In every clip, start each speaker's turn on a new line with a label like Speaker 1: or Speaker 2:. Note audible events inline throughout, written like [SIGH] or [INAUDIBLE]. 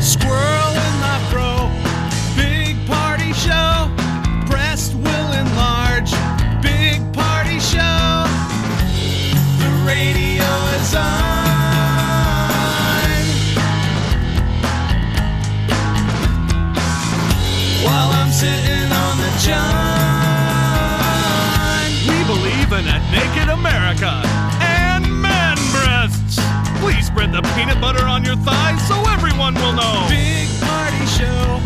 Speaker 1: Squirrel in my fro, big party show. Breast will enlarge, big party show. The radio is on. While I'm sitting on the john. We believe in a naked America and man breasts. Please spread the peanut butter on your thighs so everyone will know. Big party show.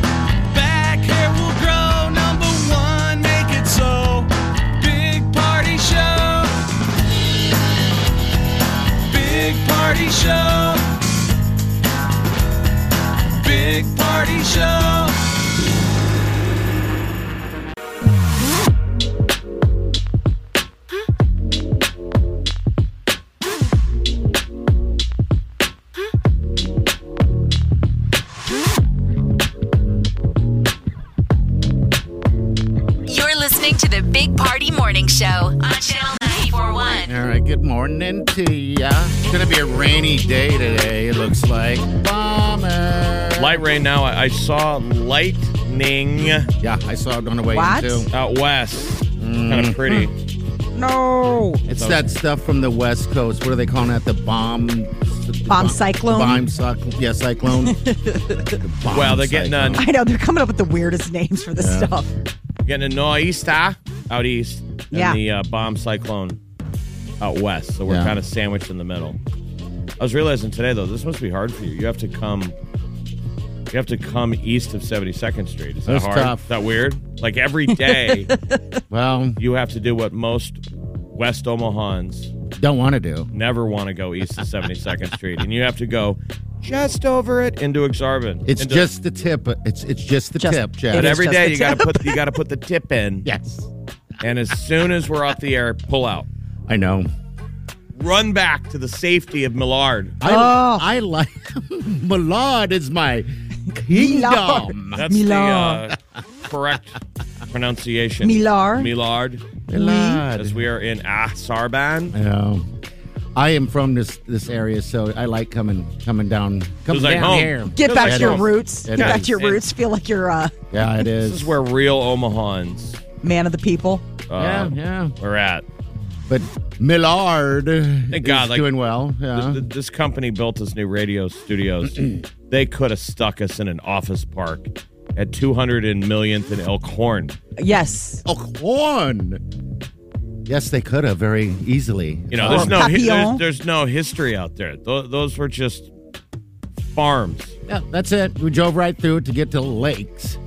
Speaker 1: Back hair will grow. Number one, make it so. Big party show. Big party show. Big party show.
Speaker 2: You're listening to the Big Party Morning Show on Channel 941.
Speaker 3: All right, good morning to ya. It's gonna be a rainy day today, it looks like. Bomber.
Speaker 4: Light rain now. I, I saw lightning
Speaker 3: Yeah, I saw it on the way
Speaker 5: What?
Speaker 3: in too.
Speaker 4: out west. Kind of
Speaker 3: Mm.
Speaker 4: pretty.
Speaker 3: Hmm.
Speaker 5: No.
Speaker 3: It's that stuff from the West Coast. What are they calling that? The bomb. The
Speaker 5: Bomb cyclone?
Speaker 3: Bomb cyclone.
Speaker 5: [LAUGHS]
Speaker 3: Yeah, cyclone. The bomb
Speaker 4: Well, they're getting uh,
Speaker 3: cyclone.
Speaker 5: [LAUGHS]
Speaker 4: a,
Speaker 5: I know they're coming up with the weirdest names for this stuff.
Speaker 4: getting a nor'easter out east, and
Speaker 5: Yeah.
Speaker 4: the uh, bomb cyclone out west. So we're
Speaker 3: Yeah.
Speaker 4: kind of sandwiched in the middle. I was realizing today though, this must be hard for you. You have to come. You have to come east of 72nd Street. Is that
Speaker 3: That's
Speaker 4: hard?
Speaker 3: tough.
Speaker 4: Is that weird? Like
Speaker 3: [LAUGHS]
Speaker 4: every day,
Speaker 3: Well,
Speaker 4: you have to do what most West Omahans
Speaker 3: don't want to do.
Speaker 4: never want to go east of 72nd Street, and you have to go just over it into Exarban.
Speaker 3: It's
Speaker 4: Into-
Speaker 3: just the tip. It's it's just the
Speaker 5: Just-
Speaker 3: tip, Jeff.
Speaker 5: it
Speaker 4: but
Speaker 5: is
Speaker 4: every
Speaker 5: just
Speaker 4: day
Speaker 5: the
Speaker 4: you got to put you got to put the tip
Speaker 3: [LAUGHS]
Speaker 4: in,
Speaker 3: yes,
Speaker 4: and as soon as we're off the air, pull out,
Speaker 3: I know.
Speaker 4: run back to the safety of Millard.
Speaker 3: I
Speaker 5: Oh.
Speaker 3: I like [LAUGHS] Millard
Speaker 5: [LAUGHS]
Speaker 3: is my kingdom.
Speaker 4: That's
Speaker 5: Millard.
Speaker 4: the uh, correct pronunciation.
Speaker 5: Millard.
Speaker 4: Millard.
Speaker 3: Millard.
Speaker 4: As we are in Ah Sarban.
Speaker 3: Yeah. I am from this this area, so I like coming coming down
Speaker 4: Feels
Speaker 3: coming
Speaker 4: like
Speaker 3: down
Speaker 4: home.
Speaker 3: here.
Speaker 5: Get
Speaker 4: It
Speaker 5: back
Speaker 4: is.
Speaker 5: to your roots.
Speaker 3: It
Speaker 5: Get back
Speaker 3: is.
Speaker 5: to your
Speaker 4: It-
Speaker 5: roots. Feel like you're a
Speaker 3: Yeah, it is.
Speaker 4: This is where real Omahans
Speaker 5: man of the people.
Speaker 3: yeah,
Speaker 4: uh,
Speaker 3: yeah.
Speaker 4: are at.
Speaker 3: But Millard is
Speaker 4: God, like-
Speaker 3: doing well. Yeah.
Speaker 4: Th- This company built us new radio [CLEARS THROAT] studios. they could have stuck us in an office park at 200 and millionth in Elkhorn.
Speaker 5: Yes.
Speaker 3: oh, corn. Yes, they could have very easily.
Speaker 4: You know, there's no hi-
Speaker 5: Papillon.
Speaker 4: there's, there's no history out there. Th- those were just farms.
Speaker 3: Yeah, that's it. We drove right through it to get to lakes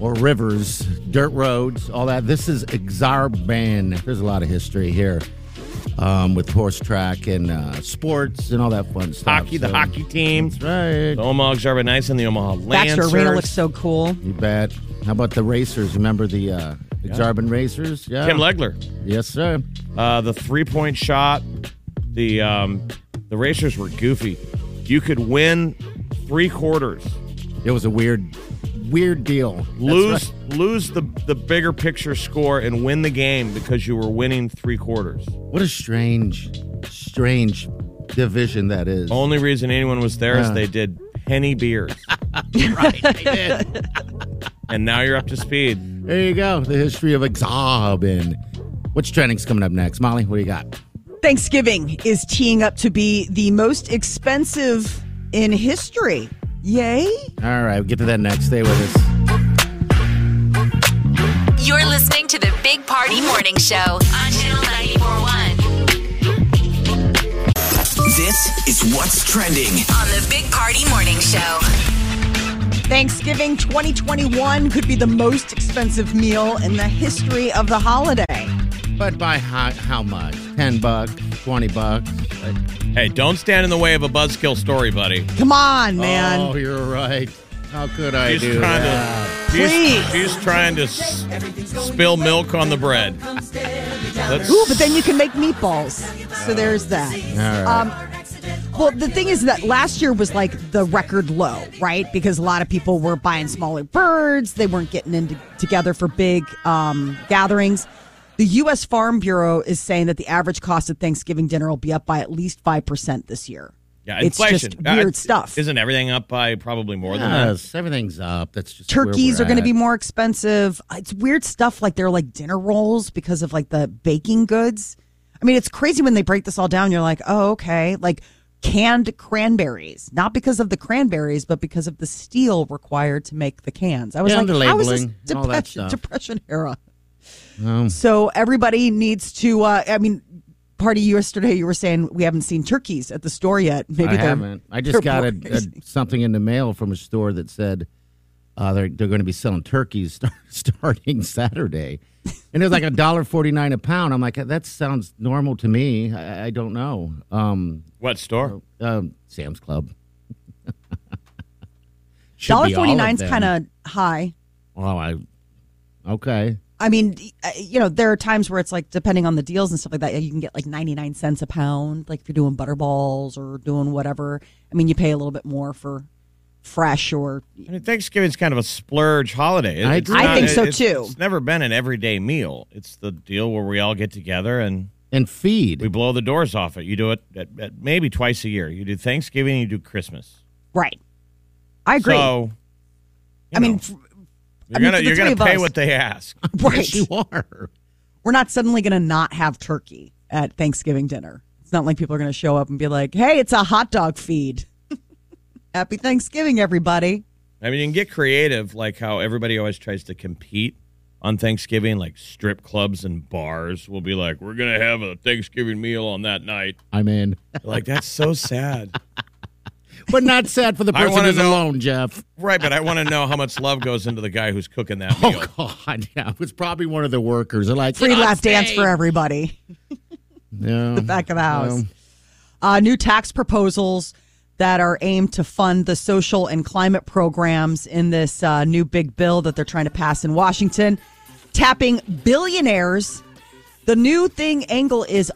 Speaker 3: or rivers, dirt roads, all that. This is Exarban. There's a lot of history here um, with horse track and uh, sports and all that fun stuff.
Speaker 4: Hockey, the
Speaker 3: So-
Speaker 4: hockey team, Oh.
Speaker 3: That's right.
Speaker 4: the Omaha Exarban Knights and the Omaha
Speaker 5: Baxter
Speaker 4: Lancers.
Speaker 5: Arena looks so cool.
Speaker 3: You bet. How about the racers? Remember the uh, Exarban racers? Yeah.
Speaker 4: Tim Legler,
Speaker 3: Yes, sir.
Speaker 4: uh, the three point shot. The um, the racers were goofy. You could win three quarters,
Speaker 3: It was a weird, weird deal. That's
Speaker 4: lose
Speaker 3: right.
Speaker 4: lose the the bigger picture score, and win the game because you were winning three quarters.
Speaker 3: What a strange, strange division that is.
Speaker 4: Only reason anyone was there is
Speaker 3: Yeah.
Speaker 4: they did
Speaker 5: [LAUGHS]
Speaker 4: penny beers, [LAUGHS] and now you're up to speed.
Speaker 3: There you go. The history of Exarban. What's trending's coming up next? Molly, what do you got?
Speaker 5: Thanksgiving is teeing up to be the most expensive in history. Yay.
Speaker 3: All right, we'll get to that next. Stay with us.
Speaker 2: You're listening to the Big Party Morning Show on Channel 941
Speaker 6: This is what's trending.
Speaker 2: on the Big Party Morning Show.
Speaker 5: Thanksgiving 2021 could be the most expensive meal in the history of the holiday.
Speaker 3: But by how, how much? 10 bucks, 20 bucks,
Speaker 4: Hey, don't stand in the way of a buzzkill story, buddy.
Speaker 5: Come on, man.
Speaker 3: Oh, you're right. How could I
Speaker 4: He's
Speaker 3: do
Speaker 4: trying
Speaker 5: [LAUGHS]
Speaker 4: to.
Speaker 3: that?
Speaker 4: He's,
Speaker 5: Please.
Speaker 4: he's trying to s- spill milk on the bread. Let's-
Speaker 5: Ooh, but then you can make meatballs. So there's that.
Speaker 3: right.
Speaker 5: Um, well, the thing is that last year was like the record low, right? Because a lot of people were buying smaller birds. They weren't getting in together for big um, gatherings. The U.S. Farm Bureau is saying that the average cost of Thanksgiving dinner will be up by at least 5% this year.
Speaker 4: yeah,
Speaker 5: it's
Speaker 4: inflation.
Speaker 5: just
Speaker 4: Uh,
Speaker 5: weird stuff.
Speaker 4: Isn't everything up by probably more than that?
Speaker 3: Yes, everything's up. That's just where
Speaker 5: Turkeys
Speaker 3: we're
Speaker 5: are going to
Speaker 3: at.
Speaker 5: be more expensive. It's weird stuff like they're like dinner rolls because of like the baking goods. I mean, it's crazy when they break this all down. You're like, oh, okay. Like canned cranberries, not because of the cranberries, but because of the steel required to make the cans. I was
Speaker 3: Yeah,
Speaker 5: like,
Speaker 3: and the
Speaker 5: how is this
Speaker 3: labeling and all that
Speaker 5: depression,
Speaker 3: stuff.
Speaker 5: [LAUGHS]
Speaker 3: Oh.
Speaker 5: depression era? So everybody needs to, uh, I mean, party yesterday, you were saying we haven't seen turkeys at the store yet. Maybe
Speaker 3: I
Speaker 5: they're,
Speaker 3: haven't. I
Speaker 5: they're
Speaker 3: just got a, a,
Speaker 5: pricing.
Speaker 3: something in the mail from a store that said uh, they're they're going to be selling turkeys [LAUGHS] start, starting Saturday, and it was like a dollar forty nine a pound. I'm like, that sounds normal to me. I, I don't know. Um,
Speaker 4: What store?
Speaker 3: um, Sam's Club. [LAUGHS] Should
Speaker 5: dollar
Speaker 3: be all of
Speaker 5: forty nine's
Speaker 3: them.
Speaker 5: kind of high.
Speaker 3: Oh, I okay.
Speaker 5: I mean, uh, you know, there are times where it's like depending on the deals and stuff like that, you can get like 99 cents a pound, like if you're doing butterballs or doing whatever. I mean, you pay a little bit more for fresh or
Speaker 4: I mean, Thanksgiving's kind of a splurge holiday.
Speaker 3: I
Speaker 4: It's
Speaker 3: agree.
Speaker 5: I think so,
Speaker 4: it's-
Speaker 5: too.
Speaker 4: It's never been an everyday meal. It's the deal where we all get together and
Speaker 3: And feed.
Speaker 4: we blow the doors off it. You do it at, at maybe twice a year. You do Thanksgiving, you do Christmas.
Speaker 5: right. I agree.
Speaker 4: So,
Speaker 5: I mean, f-
Speaker 4: you're
Speaker 5: I mean,
Speaker 4: gonna
Speaker 5: for the three
Speaker 4: you're gonna
Speaker 5: of
Speaker 4: pay
Speaker 5: us.
Speaker 4: what
Speaker 5: [LAUGHS]
Speaker 4: they ask.
Speaker 5: right.
Speaker 3: Yes, you are.
Speaker 5: We're not suddenly going to not have turkey at Thanksgiving dinner. It's not like people are going to show up and be like, "Hey, it's a hot dog feed." [LAUGHS] Happy Thanksgiving, everybody.
Speaker 4: I mean, you can get creative, like how everybody always tries to compete on Thanksgiving, like strip clubs and bars will be like, we're gonna have a Thanksgiving meal on that night.
Speaker 3: I'm in,
Speaker 4: Like that's
Speaker 5: [LAUGHS]
Speaker 4: so sad,
Speaker 3: but not sad for the
Speaker 4: [LAUGHS] I
Speaker 3: person
Speaker 4: wanna
Speaker 3: who's
Speaker 4: know-
Speaker 3: alone, Jeff.
Speaker 4: right? But I want to know how much love goes into the guy who's cooking that meal.
Speaker 3: Oh God, [LAUGHS] yeah, it was probably one of the workers. They're like "Ah,
Speaker 5: Free laugh dance for everybody.
Speaker 3: Yeah.
Speaker 5: back of the house.
Speaker 3: Well,
Speaker 5: uh, new tax proposals that are aimed to fund the social and climate programs in this uh, new big bill that they're trying to pass in Washington, tapping billionaires. The new thing angle is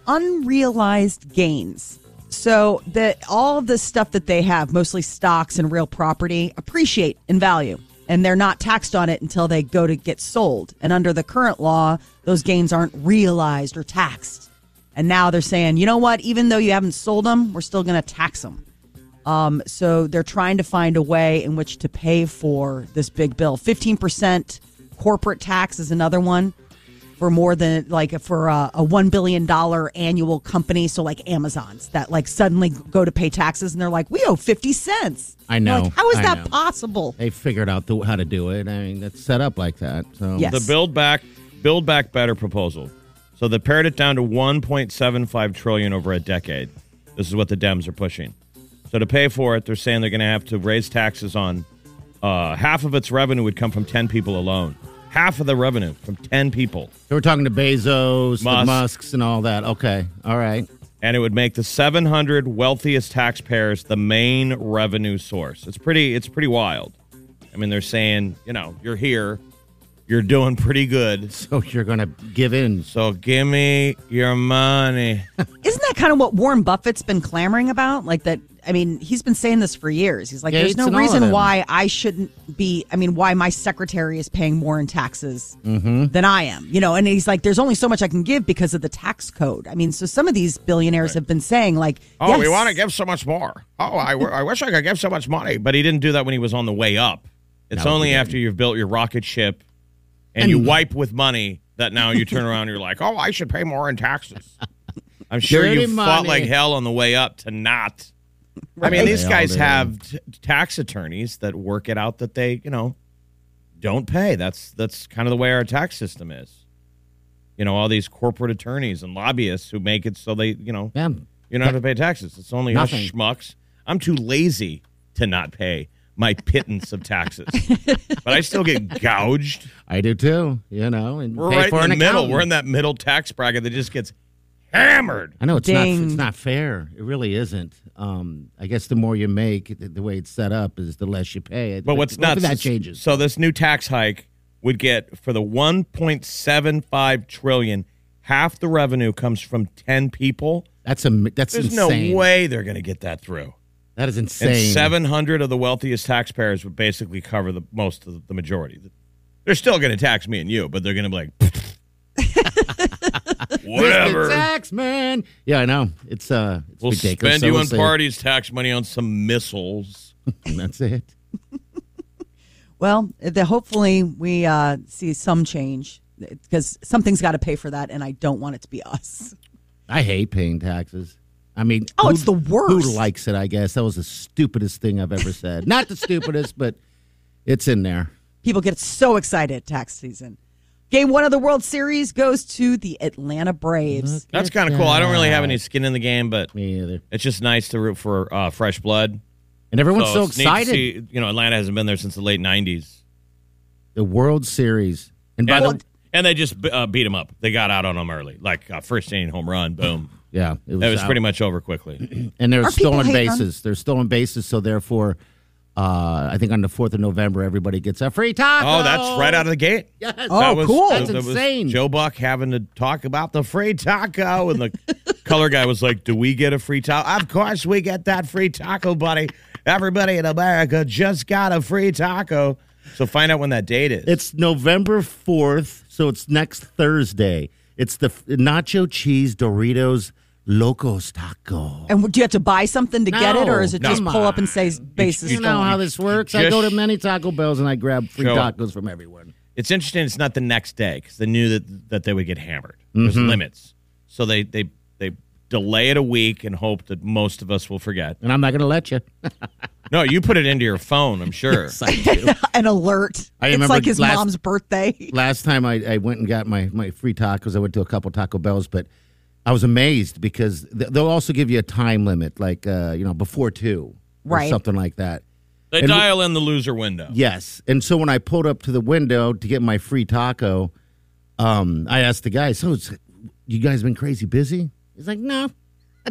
Speaker 5: unrealized gains. So that all of the stuff that they have, mostly stocks and real property, appreciate in value, and they're not taxed on it until they go to get sold. And under the current law, those gains aren't realized or taxed. And now they're saying, you know what? Even though you haven't sold them, we're still going to tax them. Um, so they're trying to find a way in which to pay for this big bill. Fifteen percent corporate tax is another one for more than like for a, a one billion dollar annual company. So like Amazon's that like suddenly go to pay taxes and they're like, we owe fifty cents.
Speaker 3: I
Speaker 5: You're
Speaker 3: know.
Speaker 5: Like, How is
Speaker 3: I
Speaker 5: that
Speaker 3: know.
Speaker 5: possible?
Speaker 3: They figured out the, how to do it. I mean, it's set up like that. So
Speaker 5: Yes.
Speaker 4: the build back build back better proposal so they pared it down to 1.75 trillion over a decade this is what the dems are pushing so to pay for it they're saying they're going to have to raise taxes on uh, half of its revenue would come from 10 people alone half of the revenue from 10 people
Speaker 3: So we're talking to Bezos, the
Speaker 4: Musk.
Speaker 3: Musks, and all that. Okay. All right. [LAUGHS]
Speaker 4: and it would make the 700 wealthiest taxpayers the main revenue source. It's pretty it's pretty wild. I mean, they're saying, you know, you're here, you're doing pretty good.
Speaker 3: So you're going to give in.
Speaker 4: So give me your money.
Speaker 5: Isn't that kind of what Warren Buffett's been clamoring about? Like that. I mean, he's been saying this for years. He's like,
Speaker 3: Gates
Speaker 5: there's no
Speaker 3: and all of
Speaker 5: reason
Speaker 3: them.
Speaker 5: why I shouldn't be. I mean, why my secretary is paying more in taxes
Speaker 3: Mm-hmm.
Speaker 5: than I am, you know? And he's like, there's only so much I can give because of the tax code. I mean, so some of these billionaires have been saying, like,
Speaker 4: Oh, we
Speaker 5: yes.
Speaker 4: want to give so much more. Oh, I, w- I wish I could give so much money. But he didn't do that when he was on the way up. It's
Speaker 3: No, he
Speaker 4: only
Speaker 3: didn't.
Speaker 4: after you've built your rocket ship and, you wipe with money that now you turn around and you're like, oh, I should pay more in taxes. I'm sure
Speaker 3: Dirty
Speaker 4: you fought
Speaker 3: money.
Speaker 4: like hell on the way up to not. I mean,
Speaker 3: Right.
Speaker 4: these
Speaker 3: They all
Speaker 4: guys
Speaker 3: do.
Speaker 4: have t- tax attorneys that work it out that they, you know, don't pay. That's that's kind of the way our tax system is. You know, all these corporate attorneys and lobbyists who make it so they, you know,
Speaker 3: Yeah.
Speaker 4: you don't have to pay taxes. It's only us
Speaker 3: Nothing.
Speaker 4: schmucks. I'm too lazy to not pay my pittance of taxes,
Speaker 3: [LAUGHS]
Speaker 4: but I still get gouged.
Speaker 3: I do too. You know, and
Speaker 4: We're
Speaker 3: pay
Speaker 4: right
Speaker 3: for
Speaker 4: in the
Speaker 3: an
Speaker 4: middle.
Speaker 3: accountant.
Speaker 4: We're in that middle tax bracket that just gets hammered.
Speaker 3: I know it's not
Speaker 5: Ding.
Speaker 3: it's not fair. It really isn't. Um, I guess the more you make, the, the way it's set up is the less you pay.
Speaker 4: But what's
Speaker 3: Hopefully
Speaker 4: nuts?
Speaker 3: that
Speaker 4: is-
Speaker 3: changes.
Speaker 4: So this new tax hike would get for the 1.75 trillion. Half the revenue comes from 10 people.
Speaker 3: that's a that's
Speaker 4: There's
Speaker 3: insane.
Speaker 4: no way they're going to get that through.
Speaker 3: That is insane.
Speaker 4: And 700 of the wealthiest taxpayers would basically cover the most of the majority. They're still going to tax me and you, but they're going to be like,
Speaker 3: Mr.
Speaker 4: whatever.
Speaker 3: Tax man. Yeah, I know. It's uh,
Speaker 4: [LAUGHS]
Speaker 3: it's
Speaker 4: We'll
Speaker 3: ridiculous.
Speaker 4: spend
Speaker 3: So
Speaker 4: you
Speaker 3: we'll
Speaker 4: on
Speaker 3: see.
Speaker 4: parties, tax money on some missiles.
Speaker 3: And [LAUGHS] that's it.
Speaker 5: Well, the, hopefully we uh, see some change because something's got to pay for that, and I don't want it to be us.
Speaker 3: I hate paying taxes. I mean,
Speaker 5: Oh, it's the worst.
Speaker 3: Who likes it? I guess that was the stupidest thing I've ever said. Not the stupidest, but it's in there.
Speaker 5: People get so excited at tax season. Game one of the World Series goes to the Atlanta Braves.
Speaker 4: That's kind of cool. I don't really have any skin in the game, but
Speaker 3: Me either.
Speaker 4: it's just nice to root for uh, fresh blood.
Speaker 3: And everyone's so,
Speaker 4: it's neat to
Speaker 3: excited.
Speaker 4: see- you know, Atlanta hasn't been there since the late 90s.
Speaker 3: The World Series. And by
Speaker 4: And,
Speaker 3: the
Speaker 4: and they just uh, beat them up. They got out on them early. Like uh, first inning home run,
Speaker 3: [LAUGHS]
Speaker 4: boom.
Speaker 3: yeah, it was,
Speaker 4: That was
Speaker 3: out.
Speaker 4: pretty much over quickly.
Speaker 3: And there's
Speaker 5: Are people
Speaker 3: stolen
Speaker 5: hating on-
Speaker 3: bases. There's stolen bases, so therefore, uh, I think on the fourth of November, everybody gets a free taco.
Speaker 4: Oh, that's right out of the gate.
Speaker 3: Yes.
Speaker 5: Oh, cool.
Speaker 3: That's
Speaker 4: that was
Speaker 3: insane.
Speaker 4: Joe Buck having to talk about the free taco, and the color guy was like, "Do we get a free taco? Of course we get that free taco, buddy. Everybody in America just got a free taco." So find out when that date is.
Speaker 3: It's November 4th, so it's next Thursday. It's the f- nacho cheese Doritos Locos Taco.
Speaker 5: And do you have to buy something to get it, or is it
Speaker 3: No.
Speaker 5: just
Speaker 3: No.
Speaker 5: pull up and say bases?
Speaker 3: You, know
Speaker 5: [LAUGHS]
Speaker 3: how this works. I
Speaker 4: Just-
Speaker 3: go to many Taco Bells and I grab free
Speaker 4: Joe.
Speaker 3: tacos from everyone.
Speaker 4: it's interesting. It's not the next day because they knew that that they would get hammered. There's
Speaker 3: Mm-hmm.
Speaker 4: limits, so they they they delay it a week and hope that most of us will forget.
Speaker 3: And I'm not going to let you.
Speaker 4: No, you put it into your phone. I'm sure.
Speaker 5: An alert.
Speaker 3: I
Speaker 5: it's
Speaker 3: remember
Speaker 5: like his
Speaker 3: last-
Speaker 5: mom's birthday. [LAUGHS]
Speaker 3: Last time I, I went and got my, my free tacos, I went to a couple Taco Bells, but I was amazed because th- they'll also give you a time limit, like, uh, you know, before two
Speaker 5: Right.
Speaker 3: or something like that.
Speaker 4: They
Speaker 3: And we-
Speaker 4: dial in the loser window.
Speaker 3: Yes. And so when I pulled up to the window to get my free taco, um, I asked the guy, so it's, you guys been crazy busy? He's like, [LAUGHS] no,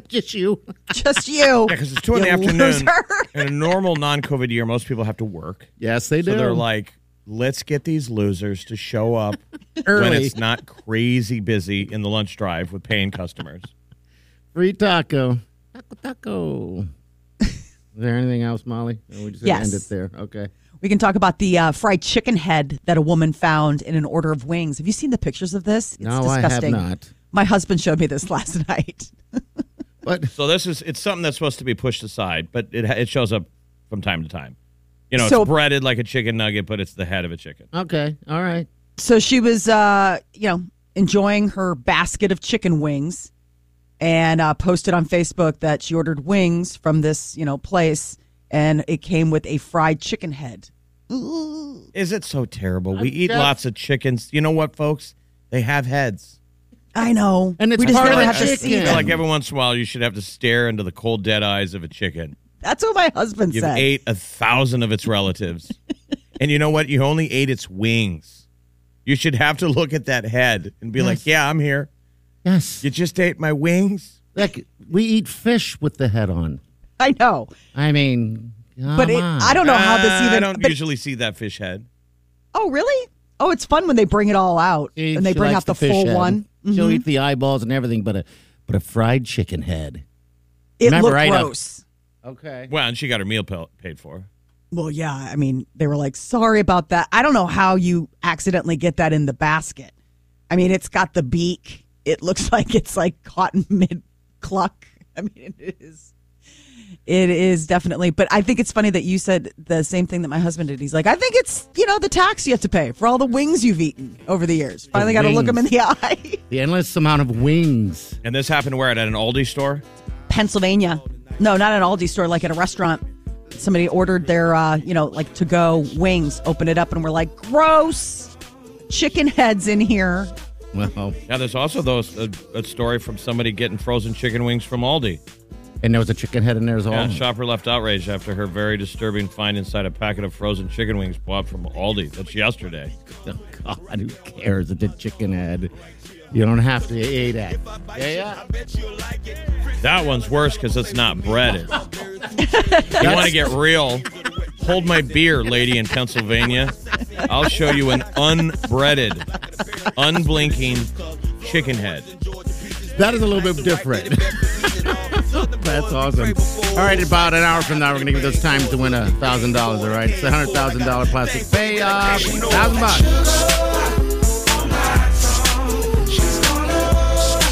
Speaker 3: just you.
Speaker 5: Just you.
Speaker 3: [LAUGHS]
Speaker 4: Yeah, because it's two in the
Speaker 5: You
Speaker 4: [LAUGHS] afternoon.
Speaker 5: loser.
Speaker 4: In a normal non-COVID year, most people have to work,
Speaker 3: Yes, they do.
Speaker 4: so they're like, "Let's get these losers to show up
Speaker 5: [LAUGHS]
Speaker 4: when
Speaker 3: Early.
Speaker 4: it's not crazy busy in the lunch drive with paying customers."
Speaker 3: free taco. Taco, taco. Is there anything else, Molly? Or we just gonna
Speaker 5: Yes.
Speaker 3: end it there. Okay.
Speaker 5: We can talk about the uh, fried chicken head that a woman found in an order of wings. Have you seen the pictures of this? It's
Speaker 3: no,
Speaker 5: disgusting.
Speaker 3: I have not.
Speaker 5: My husband showed me this [LAUGHS] last night.
Speaker 3: But
Speaker 4: So this is it's something that's supposed to be pushed aside, but it it shows up from time to time. You know,
Speaker 5: So-
Speaker 4: it's breaded like a chicken nugget, but it's the head of a chicken.
Speaker 3: okay, all right.
Speaker 5: So she was, uh, you know, enjoying her basket of chicken wings and uh, posted on Facebook that she ordered wings from this, you know, place and it came with a fried chicken head.
Speaker 4: Is it so terrible? We
Speaker 3: I'm
Speaker 4: eat
Speaker 3: just-
Speaker 4: lots of chickens. You know what, folks? They have heads.
Speaker 5: I know.
Speaker 3: And it's
Speaker 5: we just
Speaker 3: part of
Speaker 5: never
Speaker 3: the
Speaker 5: have to see
Speaker 3: chicken.
Speaker 4: I feel
Speaker 5: them.
Speaker 4: like every once in a while, you should have to stare into the cold, dead eyes of a chicken.
Speaker 5: That's what my husband
Speaker 4: You've
Speaker 5: said.
Speaker 4: ate a thousand of its
Speaker 5: [LAUGHS]
Speaker 4: relatives. and you know what? You only ate its wings. You should have to look at that head and be like, yeah, I'm here.
Speaker 3: Yes.
Speaker 4: You just ate my wings?
Speaker 3: Like we eat fish with the head on.
Speaker 5: I know.
Speaker 3: I mean,
Speaker 5: But it, I don't know how this
Speaker 4: Ah,
Speaker 5: even.
Speaker 4: I don't
Speaker 5: but-
Speaker 4: usually see that fish head.
Speaker 5: oh, really? Oh, it's fun when they bring it all out and they bring out the, full one. Mm-hmm.
Speaker 3: She'll eat the eyeballs and everything, but a but a fried chicken head.
Speaker 5: It
Speaker 3: Remember,
Speaker 5: looked
Speaker 3: right up-
Speaker 5: gross.
Speaker 3: Okay.
Speaker 4: Well, and she got her meal pa- paid for.
Speaker 5: Well, yeah. I mean, they were like, sorry about that. I don't know how you accidentally get that in the basket. I mean, it's got the beak. It looks [LAUGHS] like it's like caught in mid cluck. I mean, it is. It is definitely. But I think it's funny that you said the same thing that my husband did. He's like, I think it's, you know, the tax you have to pay for all the wings you've eaten over the years. Finally got to look them in
Speaker 3: wings.
Speaker 5: the [LAUGHS] eye.
Speaker 3: The endless amount of wings.
Speaker 4: And this happened where? At an Aldi store?
Speaker 5: Pennsylvania. No, not an Aldi store, like at a restaurant. Somebody ordered their, uh, you know, like to go wings, open it up, and we're like, gross chicken heads in here.
Speaker 3: Well,
Speaker 4: Now, there's also those a, a story from somebody getting frozen chicken wings from Aldi.
Speaker 3: and there was a chicken head in there as well.
Speaker 5: Oh.
Speaker 4: Yeah, shopper left outraged after her very disturbing find inside a packet of frozen chicken wings bought from Aldi. That's yesterday.
Speaker 3: Oh, God, who cares? It's a chicken head. You don't have to eat that. Yeah, yeah.
Speaker 4: That one's worse because it's not breaded. you want to get real? Hold my beer, lady in Pennsylvania. I'll show you an unbreaded, unblinking chicken head.
Speaker 3: That is a little bit different. [LAUGHS] That's awesome. All right, about an hour from now, we're going to give those time to win a $1,000, all right? It's a $100,000 plastic payoff. 1000 bucks.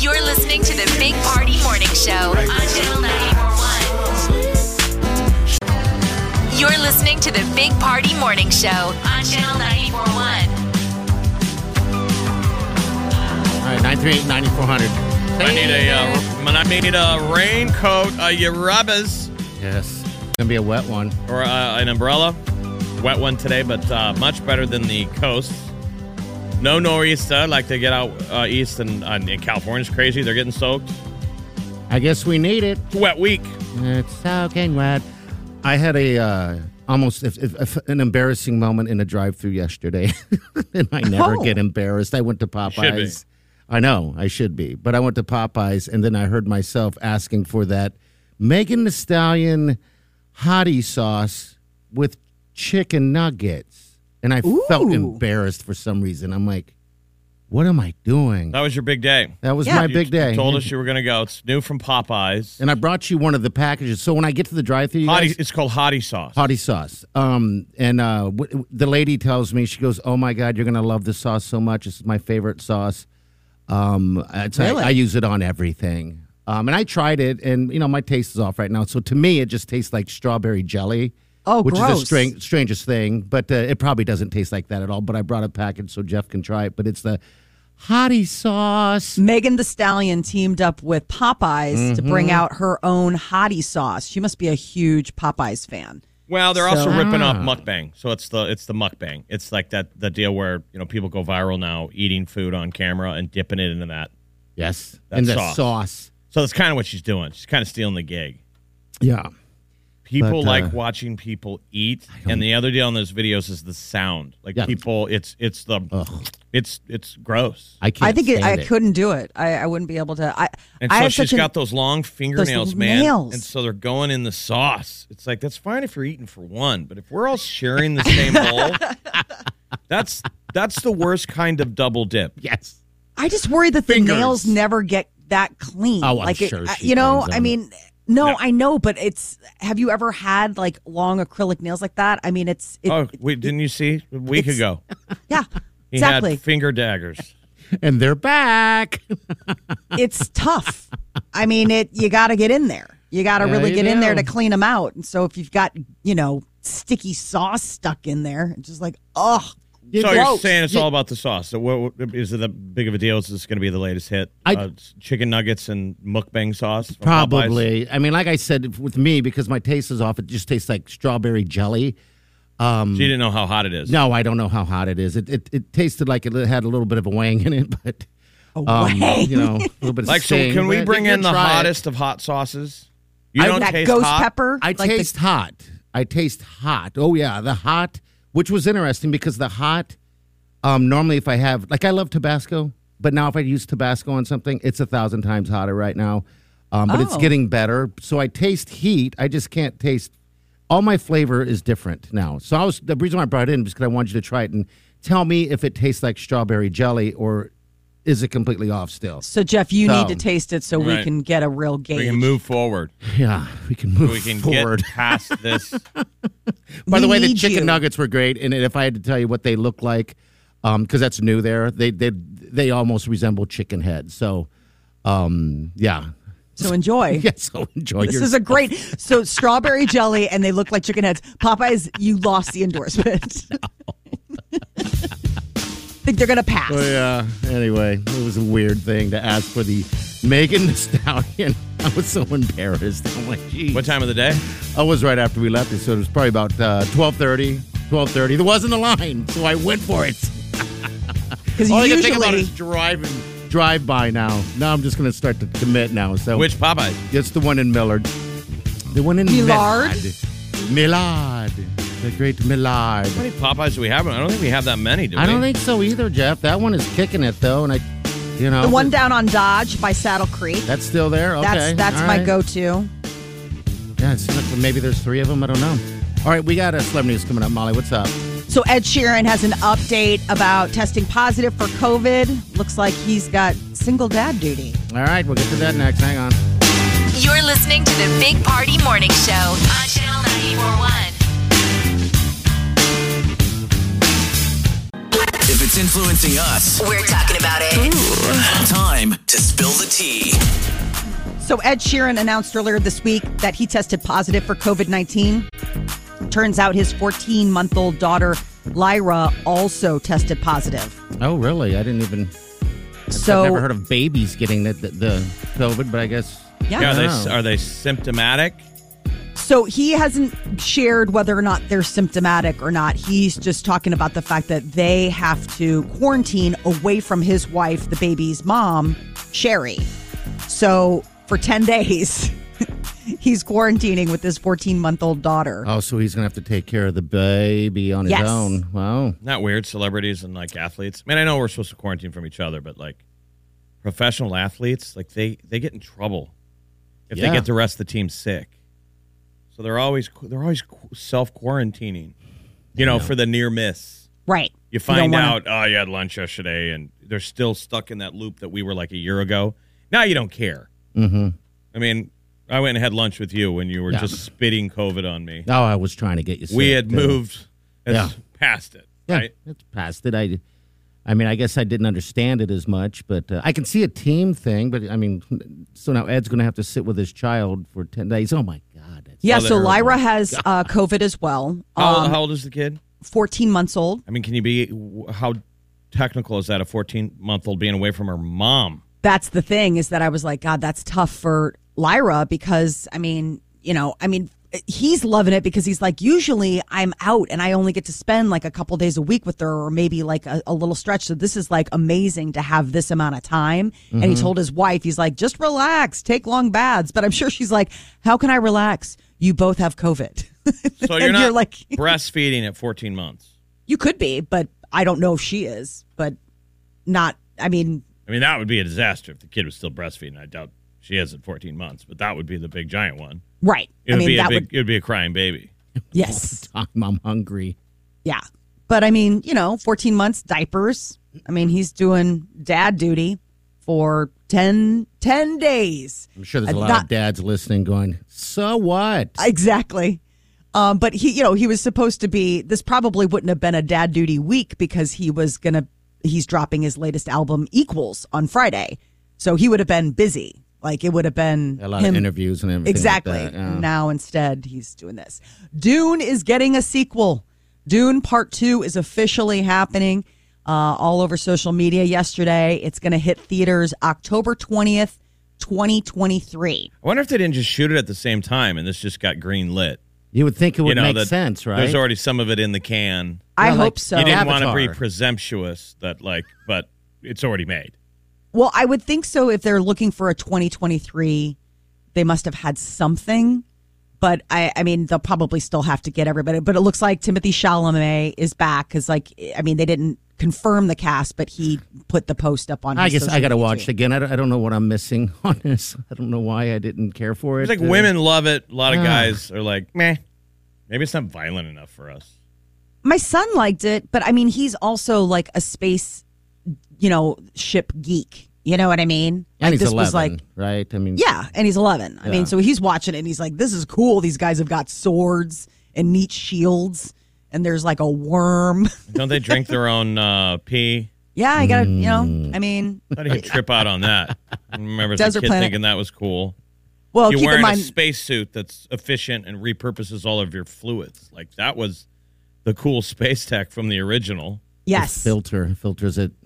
Speaker 2: You're listening to the Big Party Morning Show on Channel 941. You're listening to the Big Party Morning Show on Channel 941.
Speaker 3: All right, 938 9400.
Speaker 4: I need a, uh, I need a raincoat, a Yorubas,
Speaker 3: Yes. It's going to be a wet one.
Speaker 4: or uh, an umbrella. Wet one today, but uh, much better than the coast. No nor'easter like they get out uh, east and uh, in California's crazy. They're getting soaked.
Speaker 3: I guess we need it.
Speaker 4: It's a wet week.
Speaker 3: It's soaking wet. I had a uh, almost if, if, if an embarrassing moment in a drive-through yesterday, [LAUGHS] and I never
Speaker 5: Oh.
Speaker 3: get embarrassed. I went to
Speaker 4: should be.
Speaker 3: Popeyes. I know I should be, but I went to Popeyes, and then I heard myself asking for that Megan the Stallion hottie sauce with chicken nuggets, and I felt
Speaker 5: Ooh.
Speaker 3: embarrassed for some reason. I'm like, "What am I doing?"
Speaker 4: That was your big day.
Speaker 3: That was
Speaker 5: Yeah.
Speaker 3: my
Speaker 4: Uh, You
Speaker 3: big day.
Speaker 4: Told us you were going to go. It's new from Popeyes.
Speaker 3: and I brought you one of the packages. So when I get to the drive-through, you guys-
Speaker 4: Hottie, it's called hottie sauce.
Speaker 3: hottie sauce. Um, and uh, w- w- the lady tells me, she goes, "Oh my God, you're gonna love this sauce so much. It's my favorite sauce. Um, it's- I-
Speaker 5: Really?
Speaker 3: I, use it on everything. Um, and I tried it, and you know my taste is off right now. So to me, it just tastes like strawberry jelly.
Speaker 5: Oh,
Speaker 3: which is
Speaker 5: gross.
Speaker 3: the strange, strangest thing, but uh, it probably doesn't taste like that at all. But I brought a package so Jeff can try it. But it's the hottie sauce.
Speaker 5: Megan the Stallion teamed up with Popeyes to bring
Speaker 4: Mm-hmm.
Speaker 5: out her own hottie sauce. She must be a huge Popeyes fan.
Speaker 4: Well, they're also
Speaker 5: So-
Speaker 4: ripping
Speaker 3: Ah.
Speaker 4: off mukbang. So it's the it's the mukbang. It's like that the deal where you know people go viral now eating food on camera and dipping it into that.
Speaker 3: Yes,
Speaker 4: That
Speaker 3: and the
Speaker 4: sauce.
Speaker 3: sauce.
Speaker 4: So that's kind of what she's doing. She's kind of stealing the gig.
Speaker 3: Yeah.
Speaker 4: People
Speaker 3: But, uh,
Speaker 4: like watching people eat, and the other deal on those videos is the sound. Like
Speaker 3: Yeah.
Speaker 4: people, it's it's the it's it's gross.
Speaker 3: I can't.
Speaker 5: I think it,
Speaker 3: stand
Speaker 5: I couldn't do it. I, I wouldn't be able to. I
Speaker 4: And
Speaker 5: I
Speaker 4: so
Speaker 5: have
Speaker 4: she's
Speaker 5: such an-
Speaker 4: got those long fingernails, man.
Speaker 5: nails.
Speaker 4: And so they're going in the sauce. It's like that's fine if you're eating for one, but if we're all sharing
Speaker 5: [LAUGHS]
Speaker 4: the same bowl, that's that's the worst kind of double dip.
Speaker 3: Yes.
Speaker 5: I just worry that
Speaker 3: Fingers.
Speaker 5: the nails never get that clean.
Speaker 3: Oh, I'm
Speaker 5: like it-
Speaker 3: sure
Speaker 5: I-
Speaker 3: she
Speaker 5: you know,
Speaker 3: cleans
Speaker 5: I
Speaker 3: them.
Speaker 5: mean, no,
Speaker 4: No.
Speaker 5: I know, but it's. Have you ever had like long acrylic nails like that? I mean, it's. It,
Speaker 4: Oh, wait, didn't you see a week
Speaker 5: It's-
Speaker 4: ago?
Speaker 5: yeah,
Speaker 3: [LAUGHS]
Speaker 4: He
Speaker 5: exactly.
Speaker 4: had
Speaker 5: [LAUGHS]
Speaker 4: finger daggers.
Speaker 3: And they're back.
Speaker 5: it's tough. I mean, it. You got to get in there. You got to
Speaker 3: Yeah,
Speaker 5: really
Speaker 3: you
Speaker 5: get in there
Speaker 3: do.
Speaker 5: to clean them out. And so if you've got you know sticky sauce stuck in there, it's just like oh,
Speaker 4: So you're
Speaker 5: gross.
Speaker 4: saying it's all about the sauce. So what, what is it that big of a deal? Is this going to be the latest hit?
Speaker 3: I-
Speaker 4: uh, chicken nuggets and mukbang sauce? from Popeyes?
Speaker 3: Probably. I mean, like I said, with me, because my taste is off, it just tastes like strawberry jelly.
Speaker 4: So you didn't know how hot it is.
Speaker 3: No, I don't know how hot it is. It it, it tasted like it had a little bit of a wang in it, [LAUGHS] but
Speaker 5: [LAUGHS]
Speaker 3: um, you know, a little bit of
Speaker 4: Like, so
Speaker 3: sting,
Speaker 4: can
Speaker 3: but
Speaker 4: we
Speaker 3: I
Speaker 4: bring
Speaker 3: think
Speaker 4: in the
Speaker 3: you'll try it.
Speaker 4: hottest of hot sauces? You
Speaker 3: I-
Speaker 4: don't
Speaker 5: that
Speaker 4: taste
Speaker 5: ghost
Speaker 4: hot?
Speaker 5: pepper.
Speaker 3: I
Speaker 5: like the-
Speaker 3: taste hot. I taste hot. Oh yeah, the hot, which was interesting because the hot. Um, normally, if I have like I love Tabasco, but now if I use Tabasco on something, it's a thousand times hotter right now. Um, but it's
Speaker 5: Oh.
Speaker 3: getting better. So I taste heat. I just can't taste. All my flavor is different now. So I was the reason why I brought it in was because I wanted you to try it and tell me if it tastes like strawberry jelly or is it completely off still.
Speaker 5: so Jeff, you
Speaker 3: No.
Speaker 5: need to taste it so
Speaker 4: Right.
Speaker 5: we can get a real gauge.
Speaker 4: We can move forward.
Speaker 3: Yeah, we can move
Speaker 4: We can
Speaker 3: forward.
Speaker 4: get past this.
Speaker 3: By the
Speaker 5: We
Speaker 3: way, the
Speaker 5: need
Speaker 3: chicken
Speaker 5: you.
Speaker 3: nuggets were great, and if I had to tell you what they look like, because that's new there, they they they almost resemble chicken heads. So, um, yeah, [LAUGHS]
Speaker 5: So enjoy.
Speaker 3: yeah. So enjoy
Speaker 5: This
Speaker 3: your.
Speaker 5: is a great so strawberry jelly and they look like chicken heads. Popeyes, you lost the endorsement. [LAUGHS] Think they're gonna pass.
Speaker 3: Oh, yeah. Anyway, it was a weird thing to ask for the Megan Thee Stallion. [LAUGHS] I was so embarrassed. I'm like, geez.
Speaker 4: What time of the day?
Speaker 3: I was right after we left, so it was probably about uh, 12.30, 12.30. There wasn't a line, so I went for it.
Speaker 5: Because
Speaker 3: All I can
Speaker 5: usually
Speaker 3: think about is driving, drive by now. Now I'm just going to start to commit now. So
Speaker 4: Which Popeyes?
Speaker 3: It's the one in Millard. The one in
Speaker 5: Millard?
Speaker 3: Millard. Millard. The great Millard.
Speaker 4: How many Popeyes do we have? I don't think we have that many, do we?
Speaker 3: I don't think so either, Jeff. That one is kicking it though, and I You know,
Speaker 5: The one down on Dodge by Saddle Creek.
Speaker 3: That's still there. Okay,
Speaker 5: That's that's
Speaker 3: all
Speaker 5: my
Speaker 3: right.
Speaker 5: go-to.
Speaker 3: Yeah, it's like maybe there's three of them. I don't know. All right, we got a celebrity news coming up. Molly, what's up?
Speaker 5: So Ed Sheeran has an update about testing positive for COVID. Looks like he's got single dad duty.
Speaker 3: All right, we'll get to that next. Hang on.
Speaker 2: You're listening to the Big Party Morning Show on Channel 941.
Speaker 6: If it's influencing us,
Speaker 2: We're talking about it.
Speaker 6: time to spill the tea.
Speaker 5: So Ed Sheeran announced earlier this week that he tested positive for COVID 19. Turns out his 14 month old daughter, Lyra, also tested positive.
Speaker 3: Oh, really? I didn't even.
Speaker 5: So
Speaker 3: I've never heard of babies getting the, the, the COVID, but I guess.
Speaker 5: Yeah.
Speaker 4: Yeah, are,
Speaker 3: I don't
Speaker 4: they,
Speaker 3: know.
Speaker 4: are they symptomatic?
Speaker 5: So he hasn't shared whether or not they're symptomatic or not. He's just talking about the fact that they have to quarantine away from his wife, the baby's mom, Sherry. So for 10 [LAUGHS] days, he's quarantining with his 14 month old daughter.
Speaker 3: Oh, so he's gonna have to take care of the baby on
Speaker 5: Yes.
Speaker 3: his own. Wow.
Speaker 4: Not weird. Celebrities and like athletes. I mean, I know we're supposed to quarantine from each other, but like professional athletes, like they they get in trouble if
Speaker 3: Yeah.
Speaker 4: they get the rest of the team sick. So they're always they're always self quarantining. You know, for the near miss.
Speaker 5: Right.
Speaker 4: You
Speaker 5: don't
Speaker 4: find
Speaker 5: wanna-
Speaker 4: out, oh, you had lunch yesterday, and they're still stuck in that loop that we were like a year ago. Now you don't care.
Speaker 3: Mm-hmm.
Speaker 4: I mean, I went and had lunch with you when you were
Speaker 3: Yeah.
Speaker 4: just spitting COVID on me.
Speaker 3: Oh, I was trying to get you.
Speaker 4: we
Speaker 3: sick,
Speaker 4: had
Speaker 3: too.
Speaker 4: moved as
Speaker 3: Yeah.
Speaker 4: past it.
Speaker 3: Yeah,
Speaker 4: Right?
Speaker 3: it's past it. I, I mean, I guess I didn't understand it as much, but uh, I can see a team thing. But I mean, so now Ed's going to have to sit with his child for ten days. Oh my God! That's,
Speaker 5: Yeah,
Speaker 4: Oh,
Speaker 5: so
Speaker 4: they're-
Speaker 5: Lyra has uh, COVID as well.
Speaker 4: How,
Speaker 5: Um,
Speaker 4: how old is the kid?
Speaker 5: 14 months old.
Speaker 4: I mean, can you be how technical is that? A 14 month old being away from her mom.
Speaker 5: That's the thing is that I was like, God, that's tough for Lyra because, I mean, you know, I mean, he's loving it because he's like, usually I'm out and I only get to spend like a couple days a week with her or maybe like a, a little stretch. So this is like amazing to have this amount of time. And
Speaker 4: Mm-hmm.
Speaker 5: he told his wife, he's like, just relax, take long baths. But I'm sure she's like, how can I relax? You both have COVID.
Speaker 4: So
Speaker 5: [LAUGHS] And
Speaker 4: you're not
Speaker 5: you're like-
Speaker 4: breastfeeding at 14 months.
Speaker 5: You could be, but I don't know if she is, but not. I mean,
Speaker 4: I mean, that would be a disaster if the kid was still breastfeeding. I doubt she is at 14 months, but that would be the big giant one.
Speaker 5: right.
Speaker 4: It
Speaker 5: I
Speaker 4: would
Speaker 5: mean,
Speaker 4: be a
Speaker 5: that
Speaker 4: big,
Speaker 5: would,
Speaker 4: it would be a crying baby.
Speaker 5: yes.
Speaker 3: I'm, I'm hungry.
Speaker 5: Yeah. But I mean, you know, 14 months, diapers. I mean, he's doing dad duty for 10, 10 days.
Speaker 3: I'm sure there's a
Speaker 5: I'm
Speaker 3: lot
Speaker 5: not-
Speaker 3: of dads listening, going, "So what?"
Speaker 5: Exactly. Um, but he, you know, he was supposed to be, this probably wouldn't have been a dad duty week because he was going to, he's dropping his latest album, Equals, on Friday. So he would have been busy. Like it would have been
Speaker 3: a lot
Speaker 5: him-
Speaker 3: of interviews and everything. like
Speaker 5: Exactly.
Speaker 3: that, yeah.
Speaker 5: Now instead, he's doing this. Dune is getting a sequel. Dune Part Two is officially happening uh, all over social media yesterday. It's going to hit theaters October twentieth, twenty twenty three.
Speaker 4: I wonder if they didn't just shoot it at the same time and this just got green lit.
Speaker 3: You would think it would
Speaker 4: you know,
Speaker 3: make
Speaker 4: that
Speaker 3: sense, right?
Speaker 4: There's already some of it in the can.
Speaker 5: I
Speaker 3: Yeah, like-
Speaker 5: hope so.
Speaker 4: you didn't
Speaker 3: Avatar.
Speaker 4: want to be presumptuous that like, but it's already made.
Speaker 5: Well, I would think so. If they're looking for a twenty twenty three, they must have had something. But I, I mean, they'll probably still have to get everybody. But it looks like Timothy Chalamet is back because, like, I mean, they didn't confirm the cast, but he put the post up on.
Speaker 3: I
Speaker 5: his
Speaker 3: guess I
Speaker 5: social
Speaker 3: got to
Speaker 5: media.
Speaker 3: watch it again. I don't, I don't know what I'm missing [LAUGHS] on this. I don't know why I didn't care for it.
Speaker 4: It's like
Speaker 3: Uh,
Speaker 4: women love it. A lot of
Speaker 3: Ah.
Speaker 4: guys are like, meh. Maybe it's not violent enough for us.
Speaker 5: My son liked it, but I mean, he's also like a space, you know, ship geek. You know what I mean?
Speaker 3: And
Speaker 5: like,
Speaker 3: he's
Speaker 5: this
Speaker 3: 11,
Speaker 5: was like,
Speaker 3: right? I mean,
Speaker 5: yeah, and he's 11. I mean, so he's watching it and he's like, this is cool. These guys have got swords and neat shields, and there's like a worm. [LAUGHS]
Speaker 4: Don't they drink their own uh, pee?
Speaker 5: yeah, I gotta, you know, I mean,
Speaker 4: How
Speaker 3: [LAUGHS]
Speaker 4: do you trip out on that? I remember as a
Speaker 5: Desert
Speaker 4: kid
Speaker 5: Planet.
Speaker 4: thinking that was cool.
Speaker 5: well,
Speaker 4: You're
Speaker 5: keep in
Speaker 4: wearing
Speaker 5: mind.
Speaker 4: a spacesuit that's efficient and repurposes all of your fluids. Like that was the cool space tech from the original.
Speaker 5: yes.
Speaker 3: filter filters it. [LAUGHS]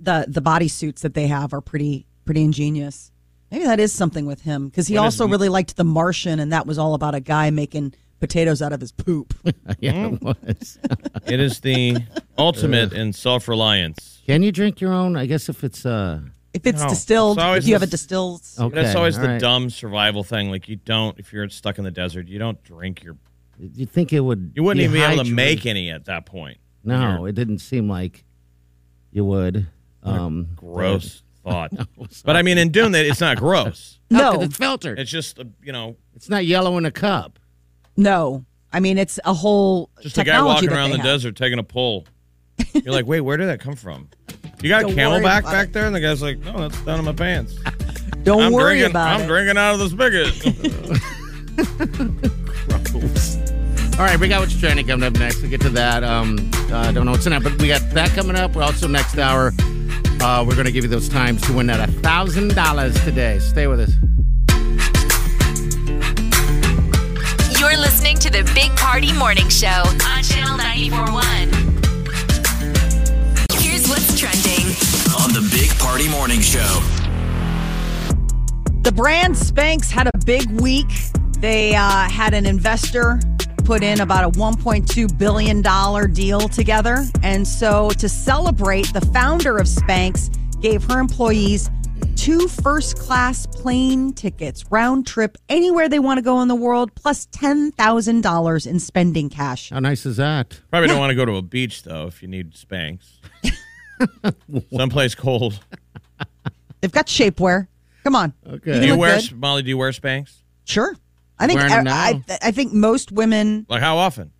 Speaker 5: the the body suits that they have are pretty pretty ingenious. Maybe that is something with him because he
Speaker 4: What is
Speaker 5: also
Speaker 4: m-
Speaker 5: really liked The Martian, and that was all about a guy making potatoes out of his poop.
Speaker 3: yeah, it was.
Speaker 4: It is the ultimate in self reliance.
Speaker 3: Can you drink your own? I guess if it's uh
Speaker 5: If it's
Speaker 4: No,
Speaker 5: distilled,
Speaker 4: it's always
Speaker 5: if you have a
Speaker 4: the-
Speaker 5: distilled,
Speaker 3: okay.
Speaker 4: That's always
Speaker 3: all
Speaker 4: the
Speaker 3: right.
Speaker 4: dumb survival thing. Like you don't, if you're stuck in the desert, you don't drink your.
Speaker 3: You think it would?
Speaker 4: You wouldn't even be able to
Speaker 3: dehydrate-
Speaker 4: make any at that point.
Speaker 3: No, it didn't seem like you would. Um,
Speaker 4: Gross thought. but I mean, in doing that, it's not gross.
Speaker 3: No, 'cause
Speaker 5: No.
Speaker 3: it's filtered.
Speaker 4: It's just uh, you know,
Speaker 3: It's not yellow in a cup.
Speaker 5: No, I mean it's a whole
Speaker 4: just a guy
Speaker 5: technology
Speaker 4: walking
Speaker 5: that
Speaker 4: around
Speaker 5: they
Speaker 4: the
Speaker 5: have.
Speaker 4: desert taking a pull. You're like, wait, where did that come from? You got
Speaker 5: Don't worry
Speaker 4: camelback
Speaker 5: about
Speaker 4: back
Speaker 5: it.
Speaker 4: there, and the guy's like, no, that's down in my pants.
Speaker 5: Don't
Speaker 4: I'm
Speaker 5: worry
Speaker 4: drinking.
Speaker 5: about
Speaker 4: I'm
Speaker 5: it.
Speaker 4: drinking out of this bigot.
Speaker 5: [LAUGHS]
Speaker 3: All right, we got what's trending coming up next. We'll get to that. Um, uh, don't know what's in that, but we got that coming up. We're also next hour. Uh, we're going to give you those times to win that $1,000 today. Stay with us.
Speaker 2: You're listening to the Big Party Morning Show on Channel 941. Here's what's trending.
Speaker 6: on the Big Party Morning Show.
Speaker 5: The brand Spanx had a big week. They uh, had an investor put in about a $1.2 billion deal together. And so to celebrate, the founder of Spanx gave her employees two first class plane tickets, round trip, anywhere they want to go in the world, plus $10,000 in spending cash.
Speaker 3: How nice is that?
Speaker 4: Probably don't want to go to a beach though if you
Speaker 5: [LAUGHS]
Speaker 4: need Spanx. Someplace cold.
Speaker 5: They've got shapewear. Come on.
Speaker 3: Okay.
Speaker 4: Do you
Speaker 5: look
Speaker 4: wear
Speaker 5: good.
Speaker 4: Molly? Do you wear Spanx?
Speaker 5: Sure. I think
Speaker 3: Wearing 'em now.
Speaker 5: I, I, I think most women
Speaker 4: Like how often?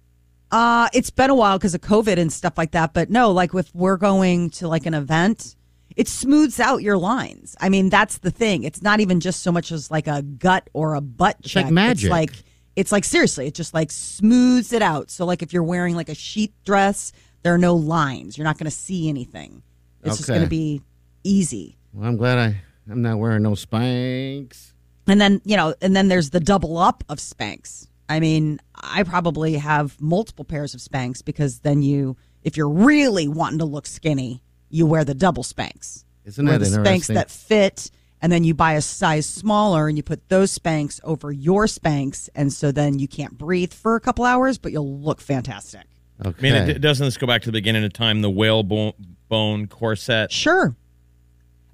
Speaker 5: Uh, it's been a while because of COVID and stuff like that. But no, like if we're going to like an event, it smooths out your lines. I mean, that's the thing. It's not even just so much as like a gut or a butt
Speaker 3: It's like
Speaker 5: check.
Speaker 3: magic.
Speaker 5: It's like it's like seriously, it just like smooths it out. So like if you're wearing like a sheet dress, there are no lines. You're not going to see anything. It's just
Speaker 3: Okay.
Speaker 5: going to be easy.
Speaker 3: Well, I'm glad I, I'm not wearing no Spanx.
Speaker 5: And then, you know, and then there's the double up of Spanx. I mean, I probably have multiple pairs of Spanx because then you, if you're really wanting to look skinny, you wear the double Spanx.
Speaker 3: Isn't
Speaker 5: wear
Speaker 3: that
Speaker 5: the Spanx
Speaker 3: interesting?
Speaker 5: that fit, and then you buy a size smaller and you put those Spanx over your Spanx. And so then you can't breathe for a couple hours, but you'll look fantastic.
Speaker 4: I mean,
Speaker 3: Okay.
Speaker 4: it, doesn't this go back to the beginning of time? The whalebone bone corset.
Speaker 5: Sure.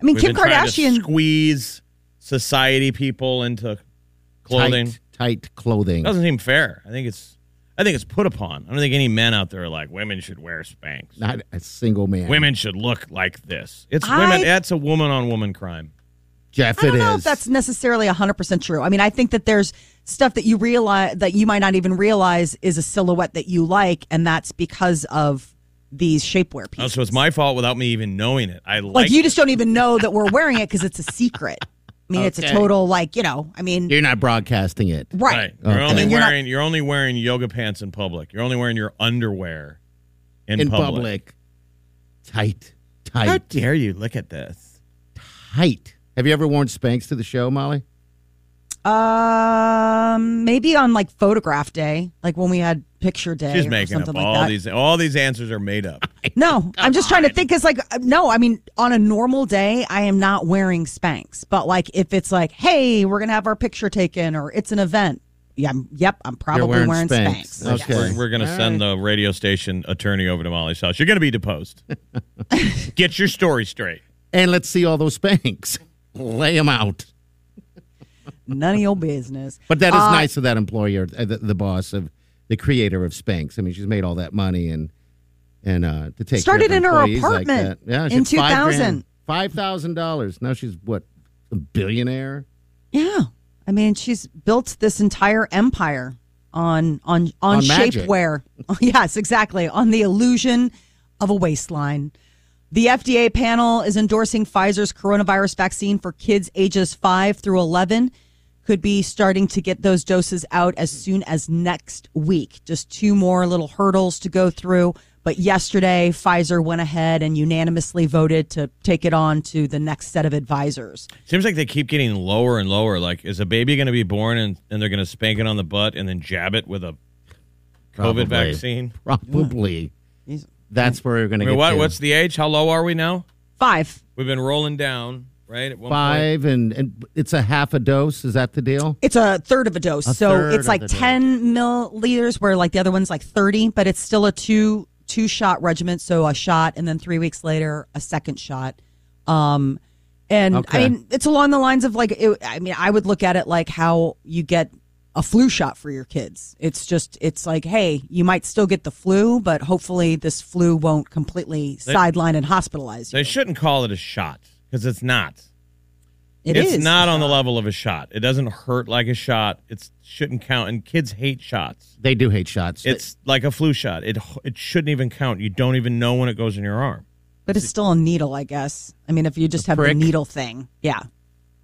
Speaker 5: I mean,
Speaker 4: We've
Speaker 5: Kim
Speaker 4: been trying to
Speaker 5: Kardashian.
Speaker 4: squeeze society people into clothing.
Speaker 3: Tight, tight clothing.
Speaker 4: Doesn't seem fair. I think it's. I think it's put upon. I don't think any men out there are like women should wear Spanx.
Speaker 3: Not a single man.
Speaker 4: Women should look like this. It's
Speaker 5: I-
Speaker 4: women. That's a woman on woman crime.
Speaker 3: Jeff,
Speaker 5: I don't
Speaker 3: it
Speaker 5: know
Speaker 3: is.
Speaker 5: if that's necessarily 100% true. I mean, I think that there's stuff that you realize that you might not even realize is a silhouette that you like, and that's because of these shapewear
Speaker 4: Oh,
Speaker 5: pieces.
Speaker 4: so it's my fault without me even knowing it. I
Speaker 5: like
Speaker 4: like.
Speaker 5: you just don't even know that we're wearing it because it's a secret. I mean, it's a
Speaker 3: Okay.
Speaker 5: total like you know. I mean,
Speaker 3: You're not broadcasting it.
Speaker 5: right?
Speaker 4: Right. You're
Speaker 3: Okay.
Speaker 4: only
Speaker 5: You're not-
Speaker 4: wearing you're only wearing yoga pants in public. You're only wearing your underwear in,
Speaker 3: In
Speaker 4: public.
Speaker 3: public. Tight.
Speaker 4: How
Speaker 3: Tight.
Speaker 4: dare you look at this?
Speaker 3: Tight. Have you ever worn Spanx to the show, Molly?
Speaker 5: Um, maybe on like photograph day, like when we had picture day,
Speaker 4: She's
Speaker 5: or
Speaker 4: making up
Speaker 5: something
Speaker 4: all
Speaker 5: like that.
Speaker 4: these all these answers are made
Speaker 5: [LAUGHS]
Speaker 4: up.
Speaker 5: No, I'm just trying to think because, like, uh, no, I mean, on a normal day, I am not wearing Spanx. But, like, if it's like, hey, we're going to have our picture taken or it's an event, yeah, I'm, yep, I'm probably
Speaker 3: wearing
Speaker 5: wearing,
Speaker 3: Spanx.
Speaker 5: Spanx.
Speaker 3: Okay.
Speaker 4: We're, we're gonna
Speaker 3: All
Speaker 4: send the radio station attorney over to Molly's house. You're gonna
Speaker 5: [LAUGHS]
Speaker 4: be deposed. Get your story straight.
Speaker 3: And let's see all those Spanx. [LAUGHS] Lay them out.
Speaker 5: None of your business.
Speaker 3: But that is nice of that employer, uh, the, the boss of the creator of Spanx. I mean, she's made all that money and and uh, to take care
Speaker 5: Started
Speaker 3: of
Speaker 5: in her
Speaker 3: employees like
Speaker 5: apartment
Speaker 3: that. Yeah, she
Speaker 5: in
Speaker 3: had five grand-
Speaker 5: 2000.
Speaker 3: five thousand dollars. Now she's what a billionaire.
Speaker 5: Yeah. I mean, she's built this entire empire on on on,
Speaker 3: On magic.
Speaker 5: shapewear. [LAUGHS] yes, exactly. On the illusion of a waistline. The FDA panel is endorsing Pfizer's coronavirus vaccine for kids ages 5 through 11 could be starting to get those doses out as soon as next week. Just two more little hurdles to go through, but yesterday Pfizer went ahead and unanimously voted to take it on to the next set of advisors.
Speaker 4: Seems like they keep getting lower and lower. Like, is a baby gonna be born and, and they're gonna spank it on the butt and then jab it with a
Speaker 3: Probably.
Speaker 4: COVID vaccine?
Speaker 3: Probably. That's where we're going
Speaker 4: I
Speaker 3: to
Speaker 4: mean,
Speaker 3: get
Speaker 4: what
Speaker 3: to.
Speaker 4: what's the age? How low are we now?
Speaker 5: 5
Speaker 4: We've been rolling down, right? At one point.
Speaker 3: five and and it's a half a dose. Is that the deal?
Speaker 5: It's a third of a dose.
Speaker 3: A
Speaker 5: so
Speaker 3: third of
Speaker 5: it's like
Speaker 3: the dose.
Speaker 5: 10 milliliters where like the other one's like 30, but it's still a two two shot regimen, so a shot and then 3 weeks later a second shot. Um and
Speaker 3: Okay.
Speaker 5: I mean it's along the lines of like it, I mean I would look at it like how you get a flu shot for your kids. It's just, it's like, hey, you might still get the flu, but hopefully this flu won't completely sideline and hospitalize you.
Speaker 4: They shouldn't call it a shot because it's not.
Speaker 5: It
Speaker 4: it's
Speaker 5: is.
Speaker 4: not on the level of a shot. It doesn't hurt like a shot. It shouldn't count. And kids hate shots.
Speaker 3: They do hate shots.
Speaker 4: It's like a flu shot. It it shouldn't even count. You don't even know when it goes in your arm.
Speaker 5: but it's still a needle, I guess. I mean, if you just have
Speaker 3: prick?
Speaker 5: the needle thing, yeah,
Speaker 3: A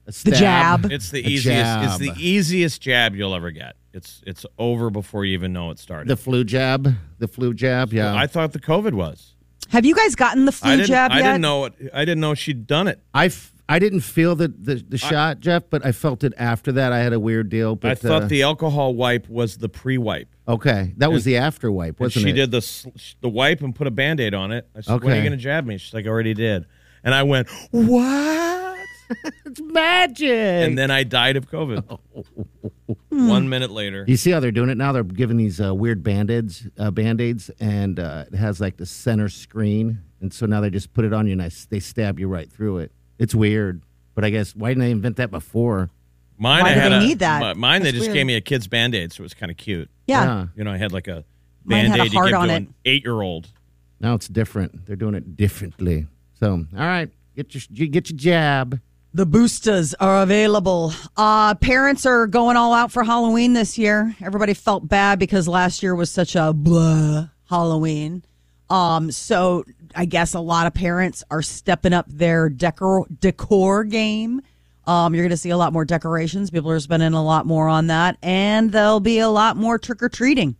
Speaker 5: the
Speaker 3: stab.
Speaker 5: jab.
Speaker 4: It's the
Speaker 3: [LAUGHS] A
Speaker 4: easiest. It's
Speaker 3: jab.
Speaker 4: the e- easiest jab you'll ever get. It's it's over before you even know it started.
Speaker 3: The flu jab. The flu jab. Yeah.
Speaker 4: I thought the COVID was.
Speaker 5: Have you guys gotten the flu
Speaker 4: I didn't.
Speaker 5: jab
Speaker 4: I
Speaker 5: yet?
Speaker 4: didn't know it. I didn't know she'd done it.
Speaker 3: I, f- I didn't feel the, the, the shot, Jeff, but I felt it after that. I had a weird deal. But
Speaker 4: I thought
Speaker 3: uh,
Speaker 4: the alcohol wipe was the pre-wipe.
Speaker 3: okay, that was the after wipe,
Speaker 4: And
Speaker 3: wasn't
Speaker 4: she
Speaker 3: it?
Speaker 4: did the sl- the wipe and put a band-aid on it. I said, "When are you
Speaker 3: Okay.
Speaker 4: going to jab me?" She's like, "I already did." And I went, "What?"
Speaker 3: [LAUGHS] It's magic.
Speaker 4: And then I died of
Speaker 3: [LAUGHS]
Speaker 4: COVID.
Speaker 5: Hmm.
Speaker 4: One minute later,
Speaker 3: you see how they're doing it now? They're giving these uh, weird band-aids, uh, band-aids, and uh, it has like the center screen, and so now they just put it on you and I s they stab you right through it. It's weird, but I guess why didn't they invent that before?
Speaker 4: mine.
Speaker 5: Why
Speaker 4: I
Speaker 5: do
Speaker 4: had
Speaker 5: they
Speaker 4: a-
Speaker 5: need that?
Speaker 4: mi- Mine, they
Speaker 5: That's
Speaker 4: just
Speaker 5: weird.
Speaker 4: gave me a kid's band-aid, so it was kind of cute.
Speaker 5: yeah.
Speaker 4: You know, I had like a
Speaker 5: Mine had a
Speaker 4: band-aid you
Speaker 5: heart
Speaker 4: give
Speaker 5: on
Speaker 4: to
Speaker 5: it.
Speaker 4: an eight-year-old.
Speaker 3: Now it's different. They're doing it differently. So all right, get your get your jab.
Speaker 5: The boosters are available. Uh, parents are going all out for Halloween this year. Everybody felt bad because last year was such a blah Halloween. Um, so I guess a lot of parents are stepping up their decor decor game. Um, you're going to see a lot more decorations. People are spending a lot more on that, and there'll be a lot more trick or treating.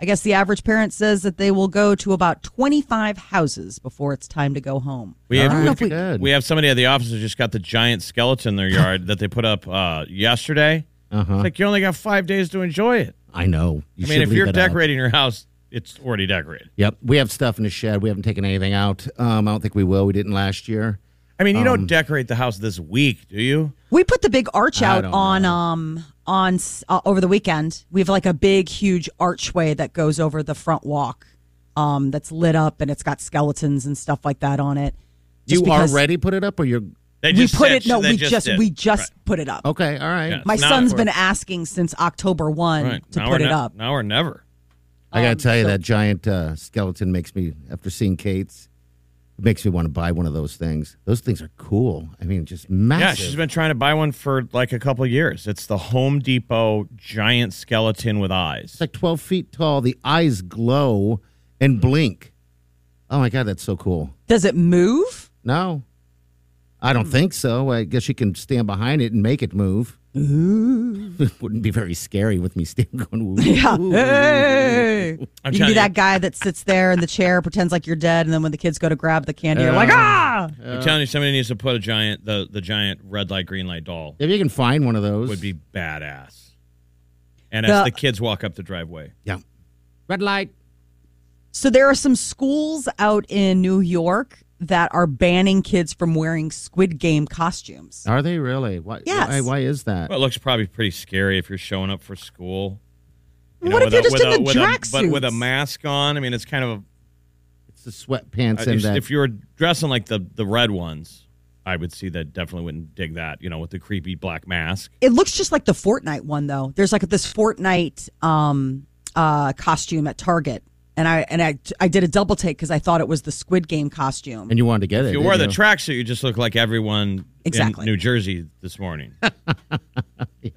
Speaker 5: I guess the average parent says that they will go to about 25 houses before it's time to go home.
Speaker 4: We
Speaker 3: All
Speaker 4: have,
Speaker 3: right,
Speaker 4: we,
Speaker 3: good.
Speaker 4: we have somebody at the office who just got the giant skeleton in
Speaker 3: [LAUGHS]
Speaker 4: their yard that they put up uh, yesterday. It's like you only got five days to enjoy it.
Speaker 3: I know. Uh-huh. You
Speaker 4: I
Speaker 3: should
Speaker 4: mean, if
Speaker 3: leave
Speaker 4: you're
Speaker 3: it up.
Speaker 4: decorating your house, it's already decorated.
Speaker 3: Yep, we have stuff in the shed. We haven't taken anything out. Um, I don't think we will. We didn't last year.
Speaker 4: I mean, you don't
Speaker 3: Um,
Speaker 4: decorate the house this week, do you?
Speaker 5: We put the big arch
Speaker 3: I
Speaker 5: out
Speaker 3: don't
Speaker 5: on um on s- uh, over the weekend. We have like a big huge archway that goes over the front walk um that's lit up and it's got skeletons and stuff like that on it. Just
Speaker 3: you
Speaker 5: because
Speaker 3: already put it up, or you're
Speaker 4: They
Speaker 5: We
Speaker 4: just
Speaker 5: put
Speaker 4: did.
Speaker 5: it no,
Speaker 4: They
Speaker 5: we just,
Speaker 4: did.
Speaker 5: we just put it up.
Speaker 3: okay. All right.
Speaker 4: Yeah.
Speaker 5: My
Speaker 4: Now-
Speaker 5: son's been asking since October 1
Speaker 4: Right.
Speaker 5: to
Speaker 4: Now
Speaker 5: put
Speaker 4: or
Speaker 5: it
Speaker 4: ne-
Speaker 5: up.
Speaker 4: Now or never.
Speaker 3: I
Speaker 4: Um,
Speaker 3: gotta tell you, that giant uh, skeleton makes me. After seeing Kate's, it makes me want to buy one of those things. Those things are cool. I mean, just massive.
Speaker 4: Yeah, she's been trying to buy one for like a couple of years. It's the Home Depot giant skeleton with eyes.
Speaker 3: It's like twelve feet tall. The eyes glow and blink. Oh my god, that's so cool.
Speaker 5: Does it move?
Speaker 3: No, I
Speaker 4: Hmm.
Speaker 3: don't think so. I guess she can stand behind it and make it move. it [LAUGHS] wouldn't be very scary with me standing going.
Speaker 5: [LAUGHS]
Speaker 4: [LAUGHS]
Speaker 3: Ooh.
Speaker 5: Hey.
Speaker 4: I'm
Speaker 5: you can
Speaker 4: telling
Speaker 5: be
Speaker 4: you.
Speaker 5: that guy that sits there in the chair, pretends like you're dead, and then when the kids go to grab the candy, you're like, ah!
Speaker 4: I'm telling you, somebody needs to put a giant the the giant red light green light doll
Speaker 3: If you can find one of those,
Speaker 4: would be badass. And as
Speaker 5: The-
Speaker 4: the kids walk up the driveway,
Speaker 3: yeah. Red light.
Speaker 5: So there are some schools out in New York that are banning kids from wearing Squid Game costumes.
Speaker 3: Are they really? Why,
Speaker 5: Yes.
Speaker 3: why, why is that?
Speaker 4: well, it looks probably pretty scary if you're showing up for school. you
Speaker 5: What if
Speaker 4: with
Speaker 5: you're
Speaker 4: a-
Speaker 5: just
Speaker 4: with
Speaker 5: in
Speaker 4: a-
Speaker 5: the
Speaker 4: with a-
Speaker 5: tracksuits?
Speaker 4: But with a mask on, I mean, it's kind of a
Speaker 3: it's the sweatpants
Speaker 4: Uh,
Speaker 3: and
Speaker 4: if,
Speaker 3: that.
Speaker 4: if you were dressing like the the red ones, I would see that. Definitely wouldn't dig that. You know, with the creepy black mask.
Speaker 5: It looks just like the Fortnite one, though. There's like this Fortnite um, uh, costume at Target, and I and I I did a double take because I thought it was the Squid Game costume.
Speaker 3: and you wanted to get it.
Speaker 4: If you
Speaker 3: didn't
Speaker 4: wore the tracksuit, you just look like everyone
Speaker 5: Exactly.
Speaker 4: in New Jersey this
Speaker 5: [LAUGHS]
Speaker 4: morning. I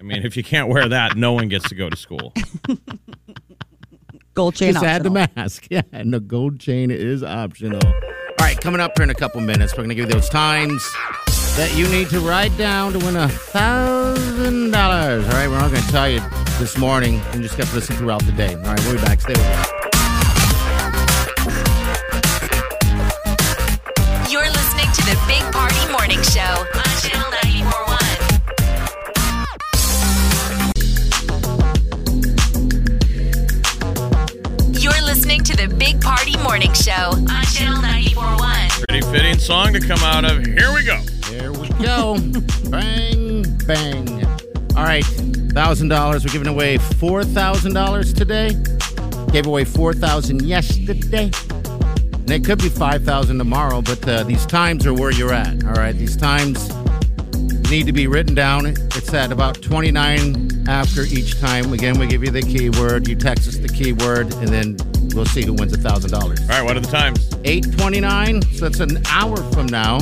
Speaker 4: mean, if you can't wear that, no one gets to go to school.
Speaker 5: Gold chain
Speaker 3: Just add the
Speaker 5: optional.
Speaker 3: mask. [LAUGHS] Yeah, and the gold chain is optional. All right, coming up here in a couple minutes, we're going to give you those times that you need to write down to win a thousand dollars. All right, we're not going to tell you this morning. You just got to listen throughout the day. All right, we'll be back. Stay with us.
Speaker 2: You're listening to the Big Party Morning Show on Channel 941. You're listening to the Big Party Morning Show on Channel 941.
Speaker 4: Pretty fitting song to come out of. Here we go.
Speaker 3: There we go. bang, bang. All right, thousand dollars. We're giving away four thousand dollars today. Gave away four thousand yesterday, and it could be five thousand tomorrow. But uh, these times are where you're at. All right, these times need to be written down. It's at about twenty nine after each time. Again, we give you the keyword. You text us the keyword, and then we'll see who wins a thousand dollars.
Speaker 4: All right, what are the times?
Speaker 3: 829 so that's an hour from now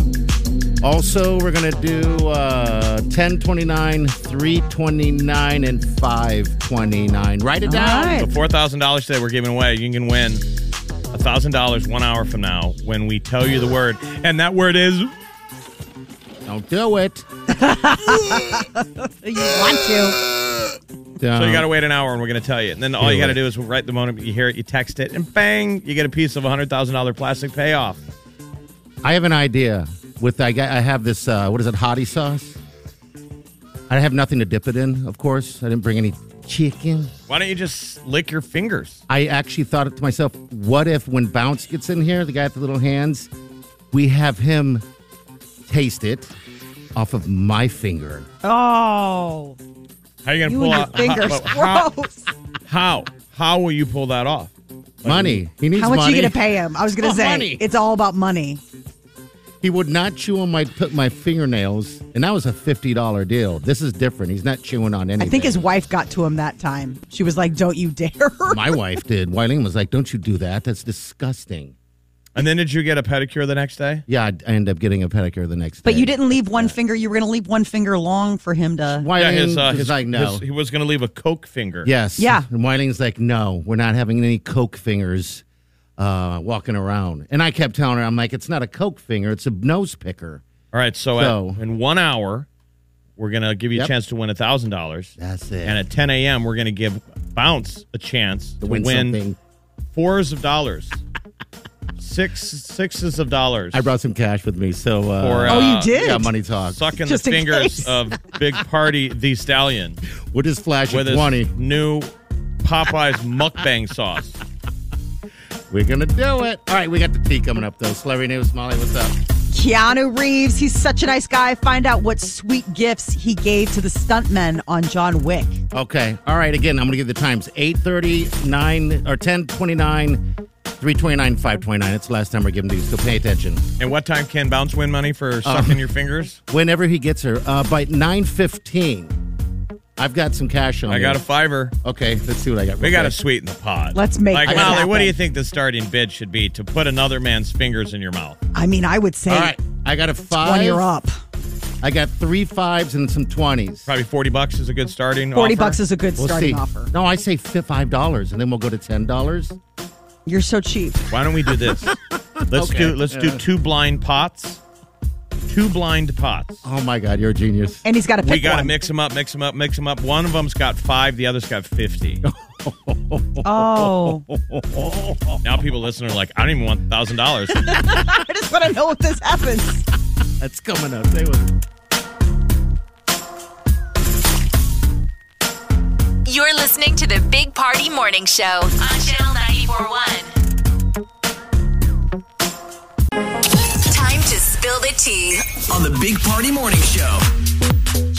Speaker 3: also we're gonna do uh 1029 329 and 529 write it down
Speaker 5: All right.
Speaker 4: The four thousand dollars today we're giving away. You can win thousand dollars one hour from now when we tell you the word, and that word is
Speaker 3: don't do it
Speaker 5: You want to.
Speaker 4: So
Speaker 3: Uh-huh.
Speaker 4: you got to
Speaker 3: Um,
Speaker 4: wait an hour, and we're going to tell you. And then all you got to do is write the moment you hear it, you text it, and bang, you get a piece of a hundred thousand dollar plastic payoff.
Speaker 3: i have an idea with i got i have this uh what is it hottie sauce i have nothing to dip it in of course i didn't bring any chicken
Speaker 4: Why don't you just lick your fingers?
Speaker 3: I actually thought to myself, what if when Bounce gets in here, the guy with the little hands, we have him taste it off of my finger?
Speaker 5: Oh,
Speaker 4: How are you going to
Speaker 5: you
Speaker 4: pull
Speaker 5: and your
Speaker 4: out?
Speaker 3: [LAUGHS]
Speaker 5: fingers. [LAUGHS]
Speaker 4: how,
Speaker 5: Gross.
Speaker 4: how how will you pull that off?
Speaker 3: money. He needs
Speaker 5: How much
Speaker 3: money.
Speaker 5: you gonna pay him? I was gonna
Speaker 3: Oh,
Speaker 5: say
Speaker 3: money.
Speaker 5: it's all about money.
Speaker 3: He would not chew on my put my fingernails, and that was a fifty dollar deal. This is different. He's not chewing on anything.
Speaker 5: I think his wife got to him that time. She was like, "Don't you dare!"
Speaker 3: my wife did. Wyleen was like, "Don't you do that? That's disgusting."
Speaker 4: And then did you get a pedicure the next day?
Speaker 3: Yeah, I'd- I end up getting a pedicure the next
Speaker 5: But
Speaker 3: day.
Speaker 5: you didn't leave one finger. You were gonna leave one finger long for him to.
Speaker 3: Wyleen was like, "No."
Speaker 4: uh, his- he was going to leave a coke finger.
Speaker 3: Yes.
Speaker 5: Yeah.
Speaker 3: And Wiling's like, no, we're not having any Coke fingers uh, walking around. And I kept telling her, I'm like, it's not a Coke finger, it's a nose picker.
Speaker 4: All right. So, at-
Speaker 3: So-
Speaker 4: in one hour, we're going to give you
Speaker 3: Yep.
Speaker 4: a chance to win a thousand dollars.
Speaker 3: That's it.
Speaker 4: And at 10 a.m., we're going to give Bounce a chance to
Speaker 3: To
Speaker 4: win,
Speaker 3: something.
Speaker 4: fours of dollars, six sixes of dollars.
Speaker 3: I brought some cash with me, so uh,
Speaker 4: Or,
Speaker 5: oh,
Speaker 4: uh,
Speaker 5: you did.
Speaker 3: yeah, money talk.
Speaker 4: sucking the
Speaker 5: Just in
Speaker 4: fingers
Speaker 5: case.
Speaker 4: of Big Party the Stallion
Speaker 3: We're just flashing
Speaker 4: with his
Speaker 3: twenty.
Speaker 4: new Popeyes mukbang sauce.
Speaker 3: We're gonna do it. All right, we got the tea coming up though. Celebrity news, Molly, what's up?
Speaker 5: Keanu Reeves. He's such a nice guy. Find out what sweet gifts he gave to the stuntmen on John Wick.
Speaker 3: Okay. All right. Again, I'm going to give the times 8.30, 9, or 10.29, 3.29, 5.29. It's the last time we're giving these, so pay attention.
Speaker 4: And what time can Bounce win money
Speaker 3: Uh,
Speaker 4: for sucking your fingers?
Speaker 3: Whenever he gets her, uh, by 9.15, I've got some cash on
Speaker 4: I
Speaker 3: me.
Speaker 4: got a fiver.
Speaker 3: Okay, let's see what I got.
Speaker 4: We got to
Speaker 3: to.
Speaker 4: sweeten the pot.
Speaker 5: Let's make
Speaker 4: Like,
Speaker 5: this
Speaker 4: Molly, what
Speaker 5: happen.
Speaker 4: do you think the starting bid should be to put another man's fingers in your mouth?
Speaker 5: I mean, I would say
Speaker 3: All right, I got a five.
Speaker 5: one year up.
Speaker 3: I got three fives and some twenties.
Speaker 4: Probably 40 bucks is a good starting
Speaker 5: 40
Speaker 4: offer.
Speaker 5: bucks is a good
Speaker 3: We'll
Speaker 5: starting
Speaker 3: see.
Speaker 5: offer.
Speaker 3: No, I say fi- five dollars, and then we'll go to ten dollars.
Speaker 5: You're so cheap.
Speaker 4: Why don't we
Speaker 5: [LAUGHS]
Speaker 4: do this? Let's
Speaker 3: Okay.
Speaker 4: do let's do two blind pots. Two blind pots.
Speaker 3: Oh my God, you're a genius.
Speaker 5: And he's got to pick
Speaker 4: we got to
Speaker 5: one.
Speaker 4: mix them up, mix them up, mix them up. One of them's got five, the other's got
Speaker 5: [LAUGHS]
Speaker 4: 50.
Speaker 3: [LAUGHS]
Speaker 5: Oh,
Speaker 4: now people listening are like, I don't even want $1,000.
Speaker 5: I just want to know if this happens.
Speaker 3: That's coming up. Stay with us.
Speaker 2: You're listening to the Big Party Morning Show on Channel 941. Time to spill the tea.
Speaker 6: On the Big Party Morning Show.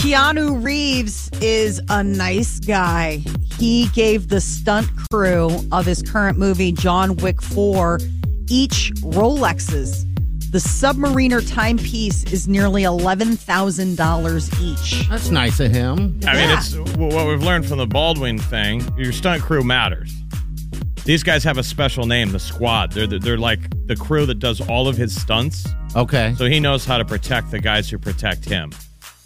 Speaker 5: Keanu Reeves is a nice guy. He gave the stunt crew of his current movie, John Wick 4, each Rolexes. The submariner timepiece is nearly $11,000 each.
Speaker 3: That's nice of
Speaker 4: I
Speaker 3: him.
Speaker 4: mean,
Speaker 5: Yeah. [LAUGHS]
Speaker 4: it's what we've learned from the Baldwin thing. Your stunt crew matters. These guys have a special name, the squad. They're, they're like the crew that does all of his stunts.
Speaker 3: Okay,
Speaker 4: So he knows how to protect the guys who protect him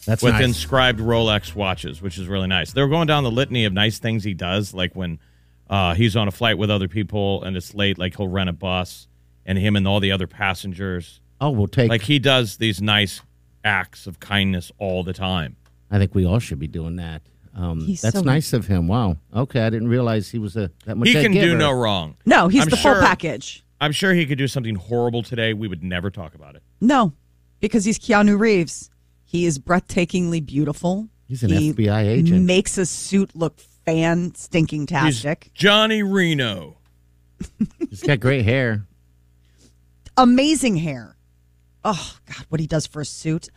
Speaker 3: that's
Speaker 4: with
Speaker 3: nice.
Speaker 4: inscribed Rolex watches, which is really nice. They're going down the litany of nice things he does, like when uh, he's on a flight with other people and it's late, like he'll rent a bus and him and all the other passengers.
Speaker 3: oh, we'll take.
Speaker 4: Like he does these nice acts of kindness all the time.
Speaker 3: I think we all should be doing that. Um,
Speaker 5: He's
Speaker 3: that's
Speaker 5: so-
Speaker 3: nice of him. Wow. Okay, I didn't realize he was a that much.
Speaker 4: He
Speaker 3: a
Speaker 4: can do
Speaker 3: giver.
Speaker 4: no wrong.
Speaker 5: No, he's
Speaker 4: I'm
Speaker 5: the
Speaker 4: sure-
Speaker 5: full package.
Speaker 4: I'm sure he could do something horrible today. We would never talk about it.
Speaker 5: No, because he's Keanu Reeves. He is breathtakingly beautiful.
Speaker 3: He's an
Speaker 5: He
Speaker 3: FBI agent.
Speaker 5: Makes a suit look fan stinking
Speaker 4: He's
Speaker 5: tastic.
Speaker 4: Johnny Reno.
Speaker 3: He's got great hair.
Speaker 5: Amazing hair. Oh God, what he does for a suit.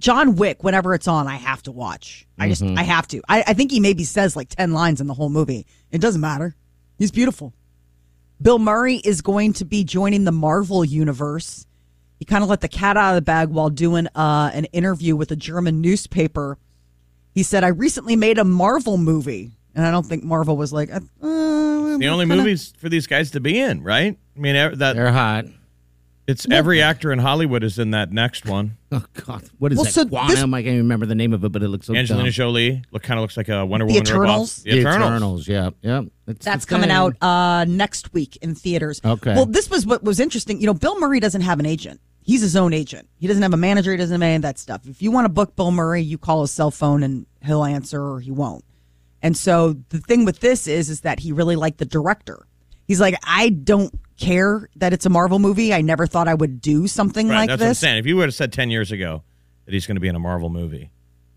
Speaker 5: John Wick, whenever it's on, I have to watch. I just I have to. I, I think he maybe says like ten lines in the whole movie. It doesn't matter. He's beautiful. Bill Murray is going to be joining the Marvel universe. He kind of let the cat out of the bag while doing uh, an interview with a German newspaper. He said, I recently made a Marvel movie. And I don't think Marvel was like, uh, uh,
Speaker 3: [LAUGHS]
Speaker 4: The only movies for these guys to be in, right? I mean, ev- that
Speaker 3: They're hot.
Speaker 4: it's every actor in Hollywood is in that next one.
Speaker 3: Oh God, what is
Speaker 5: Well,
Speaker 3: that?
Speaker 5: so
Speaker 3: Quantum?
Speaker 5: this-
Speaker 3: I can't even remember the name of it, but it looks so
Speaker 4: Angelina
Speaker 3: dumb.
Speaker 4: Jolie look kind of looks like a Wonder Woman. ripoff.
Speaker 5: Eternals?
Speaker 4: The Eternals.
Speaker 3: Yeah, yeah. It's
Speaker 5: That's
Speaker 3: the same.
Speaker 5: coming out uh, next week in theaters.
Speaker 3: Okay.
Speaker 5: Well, this was what was interesting. You know, Bill Murray doesn't have an agent. He's his own agent. He doesn't have a manager. He doesn't have any of that stuff. If you want to book Bill Murray, you call his cell phone and he'll answer or he won't. And so the thing with this is, is that he really liked the director. He's like, I don't care that it's a Marvel movie. I never thought I would do something
Speaker 4: Right,
Speaker 5: like
Speaker 4: that's what I'm
Speaker 5: this.
Speaker 4: saying. If you would have said ten years ago that he's going to be in a Marvel movie,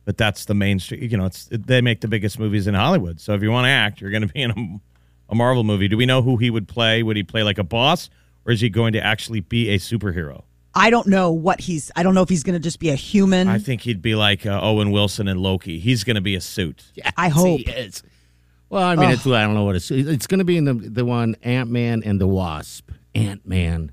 Speaker 4: but that's the mainstream. You know, it's they make the biggest movies in Hollywood. So if you want to act, you're going to be in a, a Marvel movie. Do we know who he would play? Would he play like a boss, or is he going to actually be a superhero?
Speaker 5: I don't know what he's. I don't know if he's going to just be a human.
Speaker 4: I think he'd be like uh, Owen Wilson and Loki. He's going to be a suit.
Speaker 5: I hope.
Speaker 3: See, it's- Well, I mean, it's I don't know what it's. It's going to be in the the one Ant Man and the Wasp. Ant Man.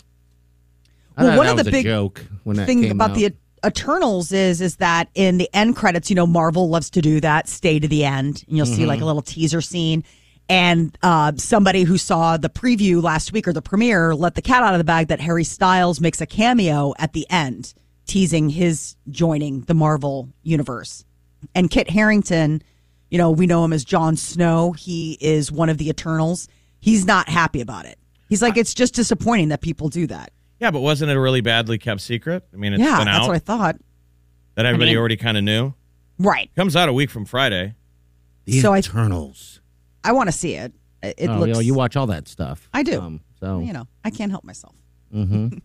Speaker 5: Well, one
Speaker 3: that
Speaker 5: of the
Speaker 3: was
Speaker 5: big
Speaker 3: a joke when that
Speaker 5: thing
Speaker 3: came
Speaker 5: about
Speaker 3: out.
Speaker 5: the Eternals is is that in the end credits, you know, Marvel loves to do that, stay to the end, and you'll see like a little teaser scene. And uh, somebody who saw the preview last week or the premiere let the cat out of the bag that Harry Styles makes a cameo at the end, teasing his joining the Marvel universe. And Kit Harrington, you know, we know him as Jon Snow. He is one of the Eternals. He's not happy about it. He's like, it's just disappointing that people do that.
Speaker 4: Yeah, but wasn't it a really badly kept secret? I mean, it's
Speaker 5: yeah,
Speaker 4: been
Speaker 5: that's
Speaker 4: out
Speaker 5: what I thought.
Speaker 4: that everybody already kind of knew.
Speaker 5: Right.
Speaker 4: Comes out a week from Friday.
Speaker 3: the
Speaker 5: so I-
Speaker 3: Eternals.
Speaker 5: I want to see it. It it
Speaker 3: oh, you,
Speaker 5: looks.
Speaker 3: know, you watch all that stuff. Um,
Speaker 5: I do.
Speaker 3: so
Speaker 5: you know, I can't help myself. Mm-hmm.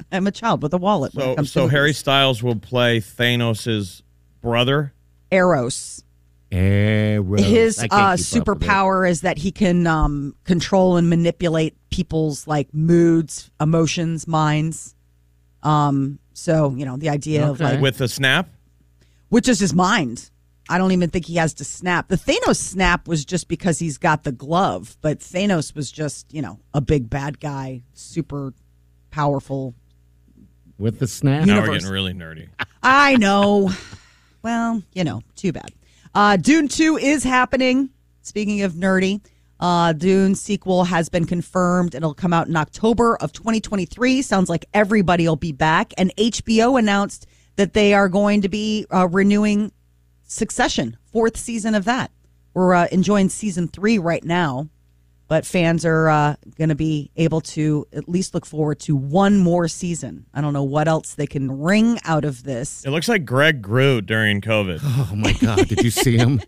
Speaker 5: [LAUGHS] I'm a child with a wallet. when it
Speaker 4: So
Speaker 5: comes
Speaker 4: so
Speaker 5: to
Speaker 4: Harry
Speaker 5: movies.
Speaker 4: Styles will play Thanos' brother.
Speaker 5: Eros.
Speaker 3: Arrows.
Speaker 5: His
Speaker 3: I can't
Speaker 5: uh,
Speaker 3: keep up with it.
Speaker 5: superpower is that he can um, control and manipulate people's like moods, emotions, minds. Um. So you know the idea of
Speaker 3: Okay.
Speaker 5: like,
Speaker 4: with the snap.
Speaker 5: which is his mind. I don't even think he has to snap. The Thanos snap was just because he's got the glove, but Thanos was just you know a big bad guy, super powerful
Speaker 3: with the snap.
Speaker 4: Now we're
Speaker 5: Universe.
Speaker 4: getting really nerdy.
Speaker 5: I know. Well, you know, too bad. Uh, Dune 2 is happening. Speaking of nerdy, uh, Dune sequel has been confirmed. It'll come out in October of 2023. Sounds like everybody will be back. And HBO announced that they are going to be uh, renewing Succession, fourth season of that. We're uh, enjoying season three right now, but fans are uh, going to be able to at least look forward to one more season. I don't know what else they can wring out of this.
Speaker 4: It looks like Greg grew during COVID.
Speaker 3: [SIGHS] Oh my God! Did you
Speaker 5: [LAUGHS]
Speaker 3: see him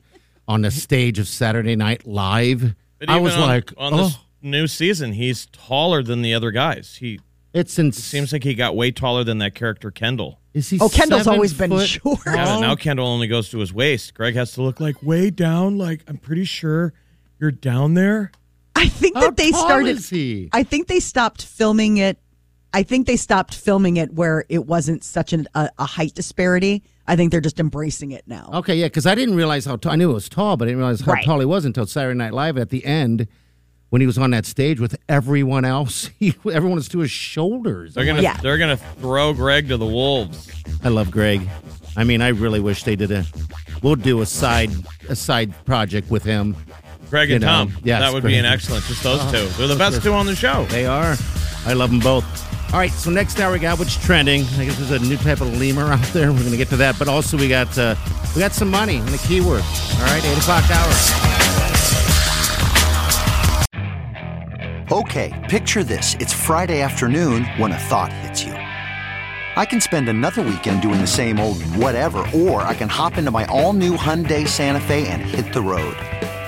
Speaker 3: on the stage of Saturday Night Live?
Speaker 4: But
Speaker 3: I
Speaker 4: even
Speaker 3: was
Speaker 4: on-
Speaker 3: like,
Speaker 4: on
Speaker 3: oh,
Speaker 4: this new season, he's taller than the other guys. He
Speaker 3: it's insane.
Speaker 4: seems like he got way taller than that character Kendall.
Speaker 3: Is he
Speaker 5: Oh, Kendall's
Speaker 3: seven
Speaker 5: always been
Speaker 3: foot
Speaker 5: short.
Speaker 3: tall?
Speaker 4: Yeah, but now Kendall only goes to his waist. Greg has to look like way down. Like I'm pretty sure you're down there.
Speaker 5: [LAUGHS] I think
Speaker 3: How
Speaker 5: that they
Speaker 3: tall
Speaker 5: started.
Speaker 3: is he?
Speaker 5: I think they stopped filming it. I think they stopped filming it where it wasn't such an, a, a height disparity. I think they're just embracing it now.
Speaker 7: Oh.
Speaker 3: Okay, yeah, because I didn't realize how tall. I knew it was tall, but I didn't realize how
Speaker 5: Right.
Speaker 3: tall he was until Saturday Night Live at the end when he was on that stage with everyone else. [LAUGHS] He, everyone was to his shoulders.
Speaker 4: They're gonna
Speaker 5: Yeah.
Speaker 4: they're gonna throw Greg to the wolves.
Speaker 3: I love Greg. I mean, I really wish they did a. We'll do a side a side project with him.
Speaker 4: Greg
Speaker 3: You
Speaker 4: and
Speaker 3: know,
Speaker 4: Tom.
Speaker 3: yes,
Speaker 4: that would be
Speaker 3: Greg.
Speaker 4: an excellent. Just
Speaker 3: [LAUGHS]
Speaker 4: those two. They're the best two on the show.
Speaker 3: They are. I love them both. All right, so next hour we got what's trending. I guess there's a new type of lemur out there. [LAUGHS] We're gonna get to that, but also we got uh, we got some money and a keyword. All right, eight o'clock hour.
Speaker 8: Okay, picture this. It's Friday afternoon when a thought hits you. I can spend another weekend doing the same old whatever, or I can hop into my all new Hyundai Santa Fe and hit the road.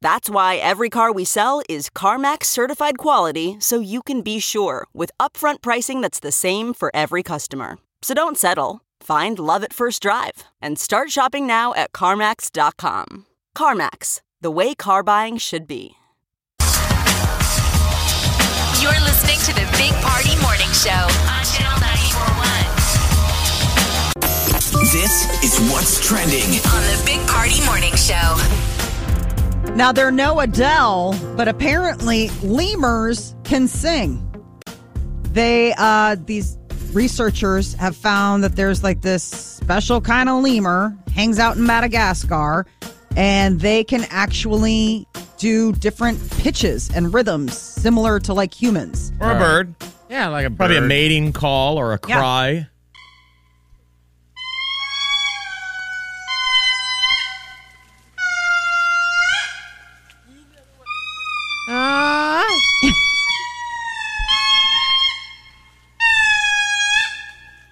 Speaker 7: That's why every car we sell is CarMax certified quality so you can be sure with upfront pricing that's the same for every customer. So don't settle. Find love at first drive and start shopping now at CarMax.com. CarMax, the way car buying should be.
Speaker 2: You're listening to the Big Party Morning Show on Channel 941.
Speaker 6: This is what's trending.
Speaker 2: On the Big Party Morning Show.
Speaker 5: Now, they're no Adele, but apparently lemurs can sing. They, uh, these researchers have found that there's like this special kind of lemur hangs out in Madagascar and they can actually do different pitches and rhythms similar to like humans.
Speaker 4: Or a bird.
Speaker 3: Yeah, like a bird.
Speaker 4: Probably a mating call or a
Speaker 5: Yeah.
Speaker 4: cry.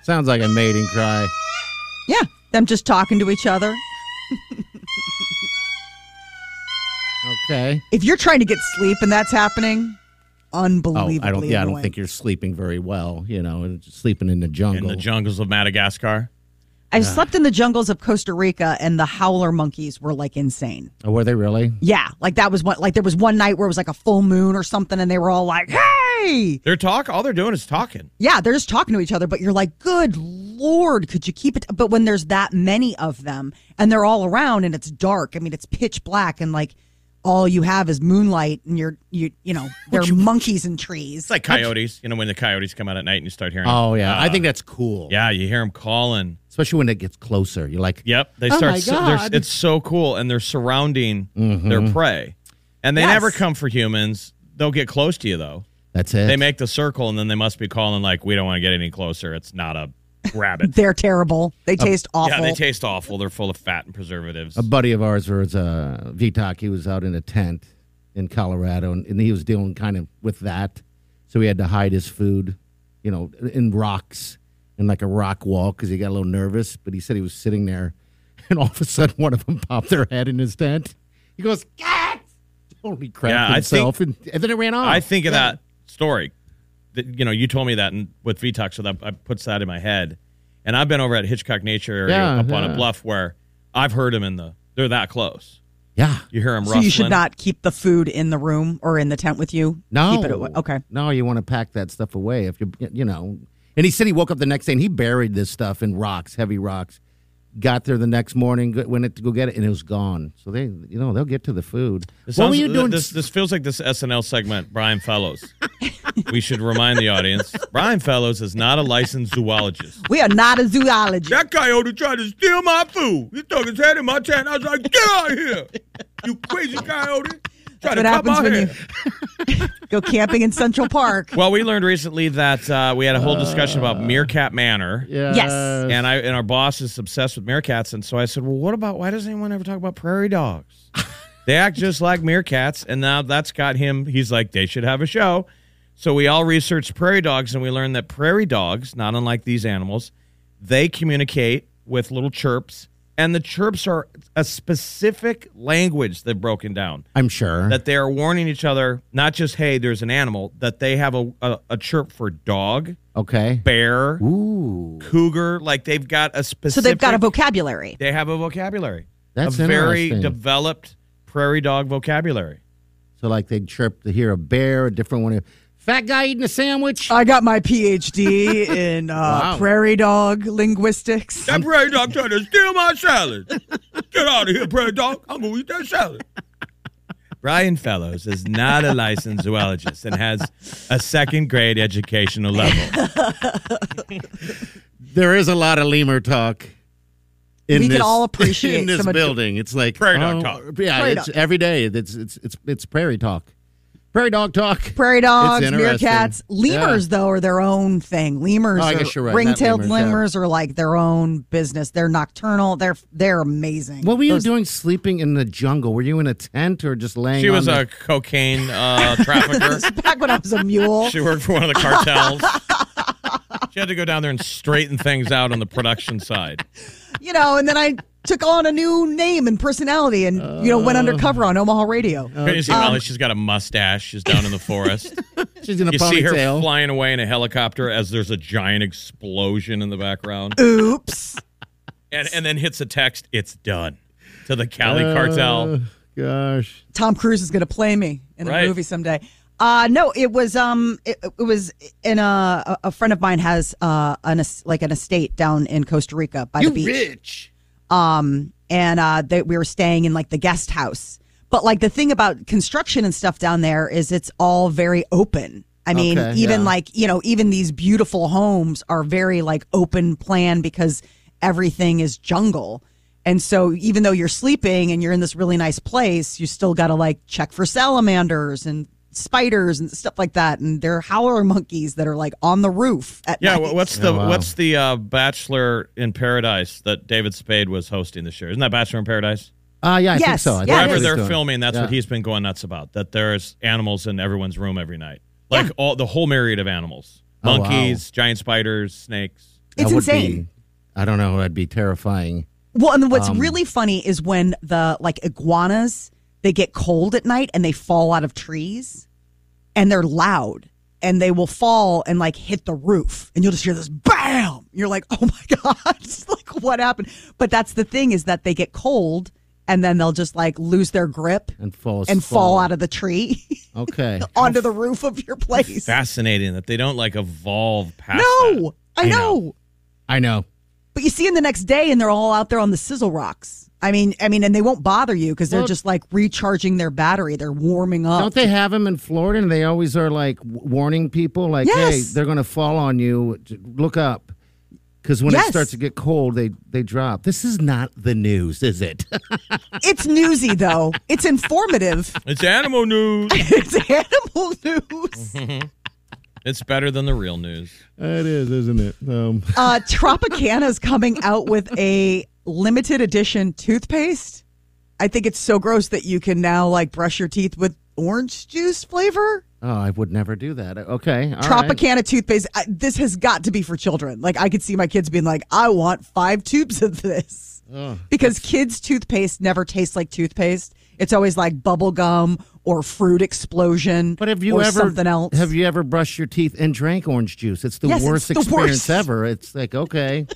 Speaker 3: Sounds like a mating cry.
Speaker 5: Yeah, them just talking to each other.
Speaker 3: Okay.
Speaker 5: If you're trying to get sleep and that's happening,
Speaker 3: Oh,
Speaker 5: unbelievably.
Speaker 3: I don't. Yeah, I don't
Speaker 5: annoying.
Speaker 3: think you're sleeping very well. You know, and just sleeping in the
Speaker 4: In
Speaker 3: jungle.
Speaker 4: the jungles of Madagascar.
Speaker 5: I've slept in the jungles of Costa Rica and the howler monkeys were like insane.
Speaker 3: oh, were they really?
Speaker 5: Yeah, like that was one like there was one night where it was like a full moon or something and they were all like, "Hey!"
Speaker 4: They're talk. All they're doing is talking.
Speaker 5: Yeah, they're just talking to each other, but you're like, "Good lord, could you keep it?" But when there's that many of them and they're all around and it's dark, I mean, it's pitch black and like all you have is moonlight and you're you you
Speaker 4: [LAUGHS]
Speaker 5: know, there are monkeys and trees.
Speaker 4: It's like [LAUGHS] coyotes. You know, when the coyotes come out at night and you start hearing.
Speaker 3: Oh yeah,
Speaker 4: uh,
Speaker 3: I think that's cool.
Speaker 4: Yeah, you hear them calling.
Speaker 3: especially when it gets closer. You're like,
Speaker 4: Yep, they
Speaker 3: Oh
Speaker 4: start.
Speaker 3: my
Speaker 4: so- they're-
Speaker 3: God.
Speaker 4: it's so cool, and they're surrounding
Speaker 3: Mm-hmm.
Speaker 4: their prey, and they
Speaker 5: Yes.
Speaker 4: never come for humans. They'll get close to you though.
Speaker 3: that's it.
Speaker 4: They make the circle, and then they must be calling like, "We don't want to get any closer. It's not a rabbit."
Speaker 5: They're terrible. They taste [LAUGHS] awful.
Speaker 4: Um, Yeah, they taste awful. They're full of fat and preservatives.
Speaker 3: a buddy of ours was uh, VTOC. He was out in a tent in Colorado, and, and he was dealing kind of with that. So he had to hide his food, you know, in rocks in like a rock wall because he got a little nervous. But he said he was sitting there, [LAUGHS] and all of a sudden, one of them popped their head in his tent. He goes, "Cat!" Totally cracked
Speaker 4: Yeah, I
Speaker 3: himself, and, and then it ran off.
Speaker 4: I think of
Speaker 3: Yeah.
Speaker 4: that story. That, you know, you told me that and with VTOC, so that I puts that in my head. And I've been over at Hitchcock Nature area
Speaker 3: Yeah,
Speaker 4: up on a
Speaker 3: yeah.
Speaker 4: bluff where I've heard them in the. They're that close.
Speaker 3: Yeah.
Speaker 4: You hear them
Speaker 5: so
Speaker 4: rustling.
Speaker 5: you should not keep the food in the room or in the tent with you.
Speaker 3: No.
Speaker 5: Keep it away. Okay.
Speaker 3: No, you want to pack that stuff away if you you know. And he said he woke up the next day and he buried this stuff in rocks, heavy rocks. Got there the next morning, go- went it to go get it, and it was gone. So they, you know, they'll get to the food.
Speaker 4: This
Speaker 3: what were
Speaker 4: sounds-
Speaker 3: you doing?
Speaker 4: This, this feels like this SNL segment, Brian Fellows. we should remind the audience Brian Fellows is not a licensed zoologist.
Speaker 5: We are not a zoologist.
Speaker 4: That coyote tried to steal my food. He stuck his head in my tent. I was like, get out of here, you crazy coyote. Try
Speaker 5: what happens when you [LAUGHS] go camping in Central Park.
Speaker 4: Well, we learned recently that uh, we had a whole discussion about Meerkat Manor.
Speaker 3: yeah.
Speaker 5: Yes.
Speaker 4: And I and our boss is obsessed with meerkats, and so I said, "Well, what about why does anyone ever talk about prairie dogs? they act just like meerkats." And now that's got him. He's like, "They should have a show." So we all researched prairie dogs, and we learned that prairie dogs, not unlike these animals, they communicate with little chirps, and the chirps are a specific language they've broken down
Speaker 3: I'm sure.
Speaker 4: that they are warning each other not just hey, there's an animal, that they have a a, a chirp for dog,
Speaker 3: okay.
Speaker 4: bear,
Speaker 3: Ooh,
Speaker 4: cougar. Like they've got a specific.
Speaker 5: So they've got a vocabulary.
Speaker 4: They have a vocabulary.
Speaker 3: That's
Speaker 4: a very
Speaker 3: interesting.
Speaker 4: developed prairie dog vocabulary.
Speaker 3: so like they chirp to hear a bear, a different one. Fat guy eating a sandwich.
Speaker 5: I got my PhD
Speaker 3: [LAUGHS]
Speaker 5: in uh, prairie dog linguistics.
Speaker 4: That prairie dog trying to steal my salad. Get out of here, prairie dog. I'm gonna eat that salad. Brian Fellows is not a licensed zoologist and has a second grade educational level.
Speaker 3: there is a lot of lemur talk. In
Speaker 5: We can
Speaker 3: this,
Speaker 5: all appreciate
Speaker 3: [LAUGHS] in this
Speaker 5: some of-
Speaker 3: building. It's like
Speaker 4: Prairie dog
Speaker 3: oh,
Speaker 4: talk.
Speaker 3: Yeah,
Speaker 5: Prairie
Speaker 3: it's
Speaker 5: dog.
Speaker 3: every day. It's it's it's it's prairie talk, prairie dog talk.
Speaker 5: Prairie dogs,
Speaker 3: It's interesting.
Speaker 5: meerkats, lemurs though are their own thing. Lemurs,
Speaker 3: Oh, I
Speaker 5: are-
Speaker 3: guess you're right, not
Speaker 5: ring-tailed
Speaker 3: lemurs, yeah.
Speaker 5: lemurs are like their own business. They're nocturnal. They're they're amazing. [LAUGHS]
Speaker 3: What were you
Speaker 5: Those-
Speaker 3: doing sleeping in the jungle? Were you in a tent or just laying?
Speaker 4: She
Speaker 3: on
Speaker 4: was
Speaker 3: the-
Speaker 4: a cocaine uh, trafficker.
Speaker 5: Back when I was a
Speaker 3: [LAUGHS]
Speaker 5: mule,
Speaker 4: She worked for one of the cartels. she had to go down there and straighten things out on the production side.
Speaker 5: you know, and then I took on a new name and personality, and
Speaker 3: Uh.
Speaker 5: you know went undercover on Omaha radio.
Speaker 4: Couldn't you see Molly? She's got a mustache. She's down in the forest.
Speaker 3: She's in Oh, [LAUGHS] a
Speaker 4: You see her
Speaker 3: ponytail.
Speaker 4: flying away in a helicopter as there's a giant explosion in the background,
Speaker 5: Oops.
Speaker 4: and and then hits a text. It's done to the Cali cartel.
Speaker 3: Uh, Gosh.
Speaker 5: Tom Cruise is going to play me in
Speaker 4: Right.
Speaker 5: a movie someday. Uh, no, it was um, it, it was in a a friend of mine has uh an es- like an estate down in Costa Rica by the beach.
Speaker 3: rich.
Speaker 5: Um, and uh, they, we were staying in like the guest house. But like the thing about construction and stuff down there is it's all very open. I mean,
Speaker 3: Okay,
Speaker 5: even
Speaker 3: yeah.
Speaker 5: like you know, even these beautiful homes are very like open plan because everything is jungle. And so, even though you're sleeping and you're in this really nice place, you still got to like check for salamanders and spiders and stuff like that. And there are howler monkeys that are like on the roof at
Speaker 4: Yeah,
Speaker 5: night.
Speaker 4: wha- what's the
Speaker 3: Oh, wow.
Speaker 4: what's the uh, Bachelor in Paradise that David Spade was hosting this year? Isn't that Bachelor in Paradise?
Speaker 3: Uh, yeah, I think
Speaker 5: Yes,
Speaker 3: so. I think
Speaker 5: yeah, it
Speaker 3: that's
Speaker 4: Wherever
Speaker 3: what
Speaker 4: they're
Speaker 3: he's doing.
Speaker 4: filming, that's what
Speaker 3: Yeah.
Speaker 4: he's been going nuts about. That there's animals in everyone's room every night, like all the whole myriad of animals:
Speaker 3: Oh, wow.
Speaker 4: monkeys, giant spiders, snakes.
Speaker 5: It's
Speaker 3: That would
Speaker 5: insane.
Speaker 3: be- I don't know. That'd be terrifying.
Speaker 5: Well, and what's really funny is when the like iguanas they get cold at night and they fall out of trees, and they're loud and they will fall and like hit the roof, and you'll just hear this bam. You're like, oh my [LAUGHS] god, it's like what happened? But that's the thing is that they get cold and then they'll just like lose their grip
Speaker 3: And fall
Speaker 5: and fall out of the tree [LAUGHS]
Speaker 3: Okay.
Speaker 5: onto the roof of your place.
Speaker 4: Fascinating that they don't like evolve past.
Speaker 5: No,
Speaker 4: that.
Speaker 5: I know.
Speaker 3: I know.
Speaker 5: But you see them the next day, and they're all out there on the sizzle rocks. I mean, I mean, and they won't bother you because they're
Speaker 3: Well-
Speaker 5: just like recharging their battery. They're warming up.
Speaker 3: Don't they have them in Florida? And they always are like w- warning people, like, "Hey,
Speaker 5: Yes.
Speaker 3: they're going to fall on you. J- Look up." Because when
Speaker 5: Yes.
Speaker 3: it starts to get cold, they they drop. This is not the news, is it? [LAUGHS]
Speaker 5: It's newsy though. it's
Speaker 3: [LAUGHS]
Speaker 5: informative.
Speaker 4: It's animal news.
Speaker 5: It's animal
Speaker 3: [LAUGHS]
Speaker 5: news.
Speaker 4: it's better than the real news.
Speaker 3: it is, isn't it? Um,
Speaker 5: Uh, Tropicana is coming out with a limited edition toothpaste. I think it's so gross that you can now like brush your teeth with orange juice flavor.
Speaker 3: oh, I would never do that. Okay, all right.
Speaker 5: Tropicana toothpaste. I, this has got to be for children. Like I could see my kids being like, "I want five tubes of this,"
Speaker 3: Oh,
Speaker 5: because kids' toothpaste never tastes like toothpaste. It's always like bubble gum or fruit explosion.
Speaker 3: But have you
Speaker 5: or
Speaker 3: ever
Speaker 5: something else?
Speaker 3: Have you ever brushed your teeth and drank orange juice? It's the
Speaker 5: Yes, it's
Speaker 3: worst
Speaker 5: the worst.
Speaker 3: experience ever. It's like okay,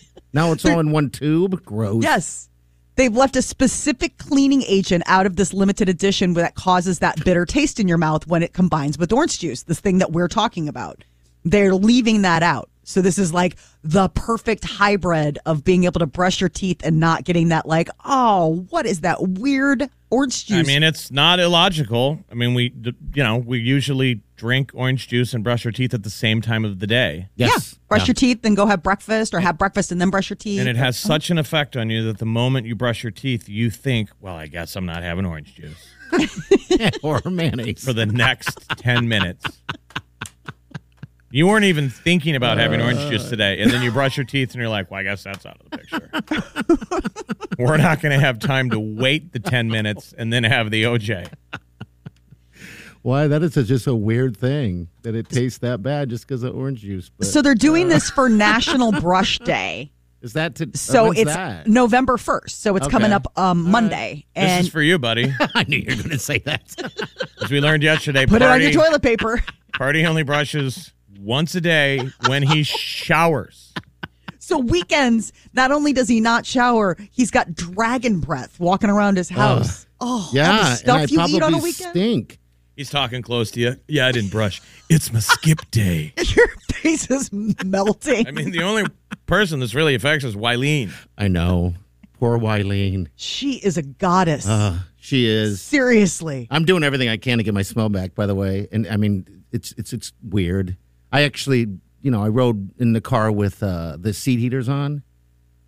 Speaker 5: [LAUGHS]
Speaker 3: now it's all in one tube. Gross.
Speaker 5: Yes. They've left a specific cleaning agent out of this limited edition that causes that bitter taste in your mouth when it combines with orange juice, this thing that we're talking about. They're leaving that out. So this is like the perfect hybrid of being able to brush your teeth and not getting that like, oh, what is that weird orange
Speaker 4: I
Speaker 5: juice?
Speaker 4: mean, it's not illogical. I mean, we d- you know we usually drink orange juice and brush our teeth at the same time of the day.
Speaker 3: Yes.
Speaker 5: yeah, brush
Speaker 3: Yeah.
Speaker 5: your teeth, then go have breakfast, or have breakfast and then brush your teeth.
Speaker 4: And it has such an effect on you that the moment you brush your teeth, you think, well, I guess I'm not having orange juice
Speaker 3: [LAUGHS] or mayonnaise.
Speaker 4: for the next [LAUGHS] 10 minutes. You weren't even thinking about having orange juice today. And then you brush your teeth and you're like, well, I guess that's out of the picture. [LAUGHS] We're not going to have time to wait the 10 minutes and then have the OJ.
Speaker 3: Why? That is a, just a weird thing that it tastes that bad just because of orange juice. But
Speaker 5: so
Speaker 4: uh,
Speaker 5: they're doing this
Speaker 4: [LAUGHS]
Speaker 5: for National Brush Day.
Speaker 3: is that to,
Speaker 5: So
Speaker 3: when's
Speaker 5: it's [LAUGHS]
Speaker 3: that?
Speaker 5: November 1st. So it's coming
Speaker 3: Okay.
Speaker 5: up um, Monday.
Speaker 4: This
Speaker 5: And
Speaker 4: is for you, buddy.
Speaker 3: I knew you were going to say that.
Speaker 4: As we learned yesterday,
Speaker 5: [LAUGHS] Put
Speaker 4: party,
Speaker 5: it on your toilet paper. [LAUGHS]
Speaker 4: party only brushes once a day when he showers.
Speaker 5: So weekends, not only does he not shower, he's got dragon breath walking around his house. oh, all
Speaker 3: [LAUGHS] yeah,
Speaker 5: the stuff
Speaker 3: and I
Speaker 5: you eat on a
Speaker 3: probably
Speaker 5: weekend.
Speaker 3: stink.
Speaker 4: He's talking close to you. Yeah, I didn't brush. It's my skip day.
Speaker 5: [LAUGHS] Your face is melting.
Speaker 4: I
Speaker 3: [LAUGHS]
Speaker 4: mean, the only person this really affects is Wileen.
Speaker 3: I know. Poor Wileen.
Speaker 5: she is a goddess.
Speaker 3: Uh, she is.
Speaker 5: Seriously.
Speaker 3: I'm doing everything I can to get my smell back. By the way, and I mean it's it's it's weird. I actually, you know, I rode in the car with uh, the seat heaters on,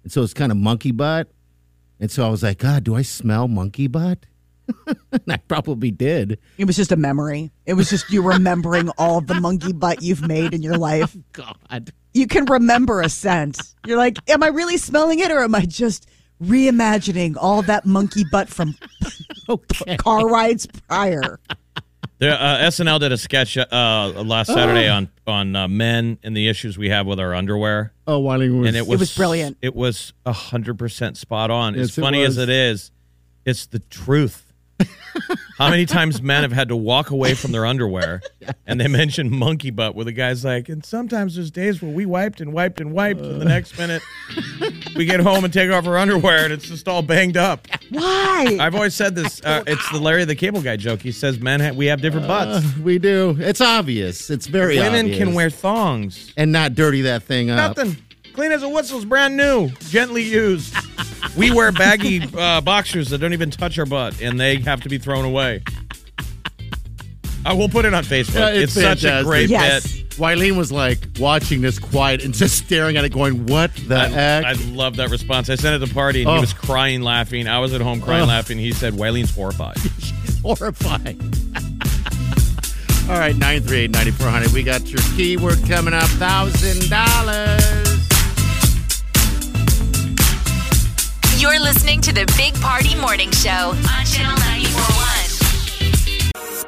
Speaker 3: and so it's kind of monkey butt. And so I was like, God, do I smell monkey butt? [LAUGHS] and I probably did.
Speaker 5: It was just a memory. It was just you remembering all the monkey butt you've made in your life.
Speaker 3: [LAUGHS] God.
Speaker 5: You can remember a scent. You're like, am I really smelling it or am I just reimagining all that monkey butt from [LAUGHS]
Speaker 3: [LAUGHS] Okay.
Speaker 5: car rides prior?
Speaker 4: There, uh, SNL did a sketch uh, last Saturday on on uh, men and the issues we have with our underwear,
Speaker 3: Oh, Wileen was.
Speaker 4: and it was
Speaker 5: was brilliant.
Speaker 4: It was hundred percent spot on.
Speaker 3: Yes,
Speaker 4: as
Speaker 3: it
Speaker 4: funny as it
Speaker 3: was.
Speaker 4: is, it's the truth. How many times men have had to walk away from their underwear and they mention monkey butt where the guy's like, and sometimes there's days where we wiped and wiped and wiped, and the next minute we get home and take off our underwear and it's just all banged up.
Speaker 5: Why?
Speaker 4: I've always said this. Uh, it's the Larry the Cable Guy joke. He says men ha- we have different butts.
Speaker 3: We do. It's obvious. It's very
Speaker 4: Women
Speaker 3: obvious.
Speaker 4: can wear thongs.
Speaker 3: and not dirty that thing up.
Speaker 4: Nothing. Clean as a whistle's brand new, gently used. [LAUGHS] We wear baggy uh, boxers that don't even touch our butt, and they have to be thrown away. I will put it on Facebook.
Speaker 3: Yeah,
Speaker 4: it's
Speaker 3: it's
Speaker 4: such a
Speaker 3: fantastic.
Speaker 4: great
Speaker 5: Yes.
Speaker 4: bit.
Speaker 3: Wileen was like watching this quiet and just staring at it, going, "What the heck?"
Speaker 4: I love that response. I sent it to the party, and he
Speaker 3: Oh.
Speaker 4: was crying, laughing. I was at home crying,
Speaker 3: Oh. Mm.
Speaker 4: laughing. He said, "Wileen's horrified."
Speaker 3: [LAUGHS] horrifying. [LAUGHS] All right, 938 9400. We got your keyword coming up $1,000.
Speaker 2: You're listening to the Big Party Morning Show on Channel 941.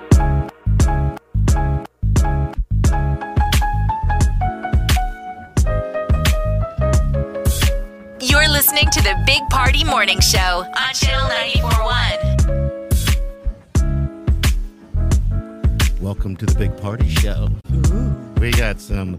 Speaker 2: You're listening to the Big Party Morning Show on Channel 941.
Speaker 3: Welcome to the big party show. We got some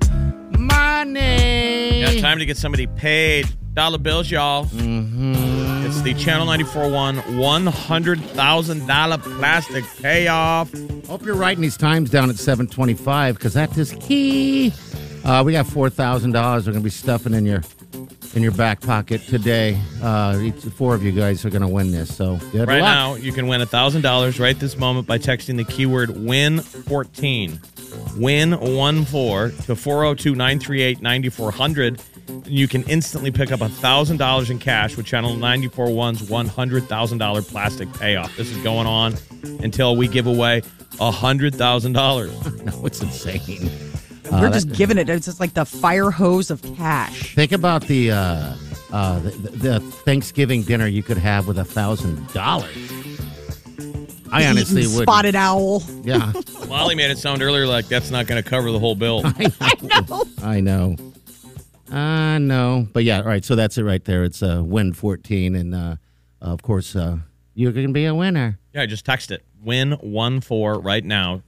Speaker 3: money.
Speaker 4: Yeah, time to get somebody paid. Dollar bills, y'all. Mm-hmm. It's the Channel 941 $100,000 plastic payoff.
Speaker 3: Hope you're writing these times down at 725 because that is key. Uh, we got $4,000 we're going to be stuffing in your in your back pocket today. Uh, each, the four of you guys are going to win this. So good
Speaker 4: Right
Speaker 3: luck. [LAUGHS]
Speaker 4: now, you can win $1,000 right this moment by texting the keyword WIN14. WIN14 to 402 938 9400. You can instantly pick up $1,000 in cash with Channel 941's $100,000 plastic payoff. This is going on until we give away
Speaker 3: [LAUGHS]
Speaker 4: $100,000.
Speaker 3: No, it's insane. Uh,
Speaker 5: We're just giving it. It's just like the fire hose of cash.
Speaker 3: Think about the uh, uh, the, the Thanksgiving dinner you could have with a thousand dollars. I
Speaker 5: The
Speaker 3: honestly
Speaker 5: eaten
Speaker 3: would.
Speaker 5: Spotted owl.
Speaker 3: Yeah,
Speaker 4: Molly made it sound earlier like that's not going to cover the whole bill.
Speaker 5: I know.
Speaker 3: I know. I know. But yeah, all right. So that's it right there. It's uh, win fourteen, and uh, of course uh, you're gonna be
Speaker 5: [LAUGHS]
Speaker 3: a winner.
Speaker 4: Yeah, just text it. Win one four right now.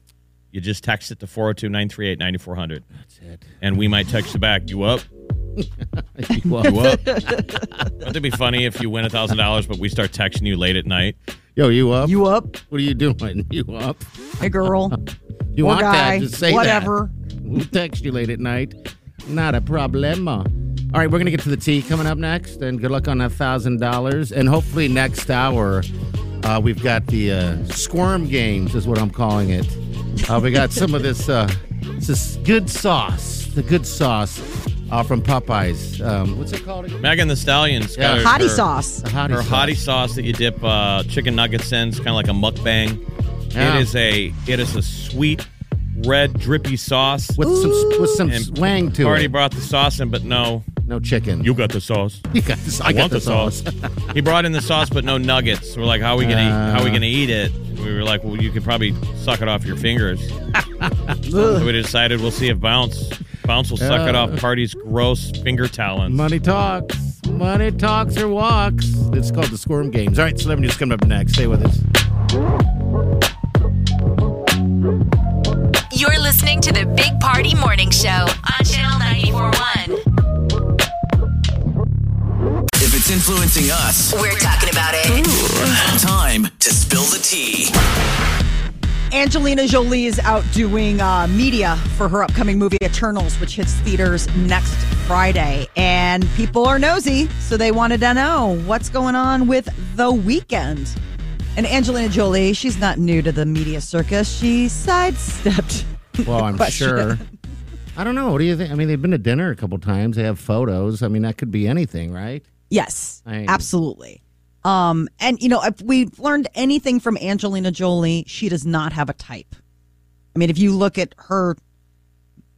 Speaker 4: You just text it to 402 938 9400.
Speaker 3: That's it.
Speaker 4: And we might text you back. You up?
Speaker 3: Well, [LAUGHS]
Speaker 4: up? Wouldn't it be funny if you win $1,000, but we start texting you late at night?
Speaker 3: yo, you up?
Speaker 5: You up,
Speaker 3: What are you doing? [LAUGHS] You up?
Speaker 5: hey girl?
Speaker 3: [LAUGHS] You
Speaker 5: or
Speaker 3: want
Speaker 5: guy?
Speaker 3: that? Just say that.
Speaker 5: whatever.
Speaker 3: We'll [LAUGHS] text you late at night. Not a problema. All right, we're going to get to the tea coming up next, and good luck on that $1,000. And hopefully, next hour, uh, we've got the uh, squirm games, is what I'm calling it. Uh, we got some of this, uh, this is good sauce, the good sauce uh, from Popeyes. Um, what's it called? again?
Speaker 4: Megan the Stallion's got
Speaker 3: Yeah.
Speaker 4: her-
Speaker 5: Hottie
Speaker 4: her-
Speaker 5: sauce.
Speaker 3: The hottie
Speaker 4: Her
Speaker 3: sauce.
Speaker 4: hottie sauce that you dip uh, chicken nuggets in. It's kind of like a mukbang.
Speaker 3: Yeah.
Speaker 4: It is a it is a sweet red drippy sauce.
Speaker 3: With some, with some
Speaker 4: And
Speaker 3: swang to
Speaker 4: Already
Speaker 3: it.
Speaker 4: brought the sauce in, but no,
Speaker 3: no chicken.
Speaker 4: you got the sauce.
Speaker 3: [LAUGHS] You got this. I, got
Speaker 4: want
Speaker 3: the sauce.
Speaker 4: he brought in the sauce, but no nuggets. We're like, how are we gonna
Speaker 3: Uh.
Speaker 4: how are we gonna eat it? We were like, well, you could probably suck it off your fingers. so we decided we'll see if bounce bounce will suck it
Speaker 3: Uh.
Speaker 4: off Party's gross finger talons.
Speaker 3: Money talks. Money talks or walks. It's called the Squirm Games. All right, celebrity news coming up next. Stay with us.
Speaker 2: You're listening to the Big Party Morning Show on Channel 941.
Speaker 6: If it's influencing us,
Speaker 2: We're talking about it.
Speaker 6: time to spill the tea.
Speaker 5: Angelina Jolie is out doing uh, media for her upcoming movie Eternals, which hits theaters next Friday. And people are nosy, so they wanted to know what's going on with The Weekend. And Angelina Jolie, she's not new to the media circus. She sidestepped.
Speaker 3: Well, I'm
Speaker 5: Question.
Speaker 3: sure. I don't know. What do you think? I mean, they've been to dinner a couple times. They have photos. I mean, that could be anything, right?
Speaker 5: Yes,
Speaker 3: I-
Speaker 5: absolutely. Um, and you know, if we've learned anything from Angelina Jolie, she does not have a type. I mean, if you look at her,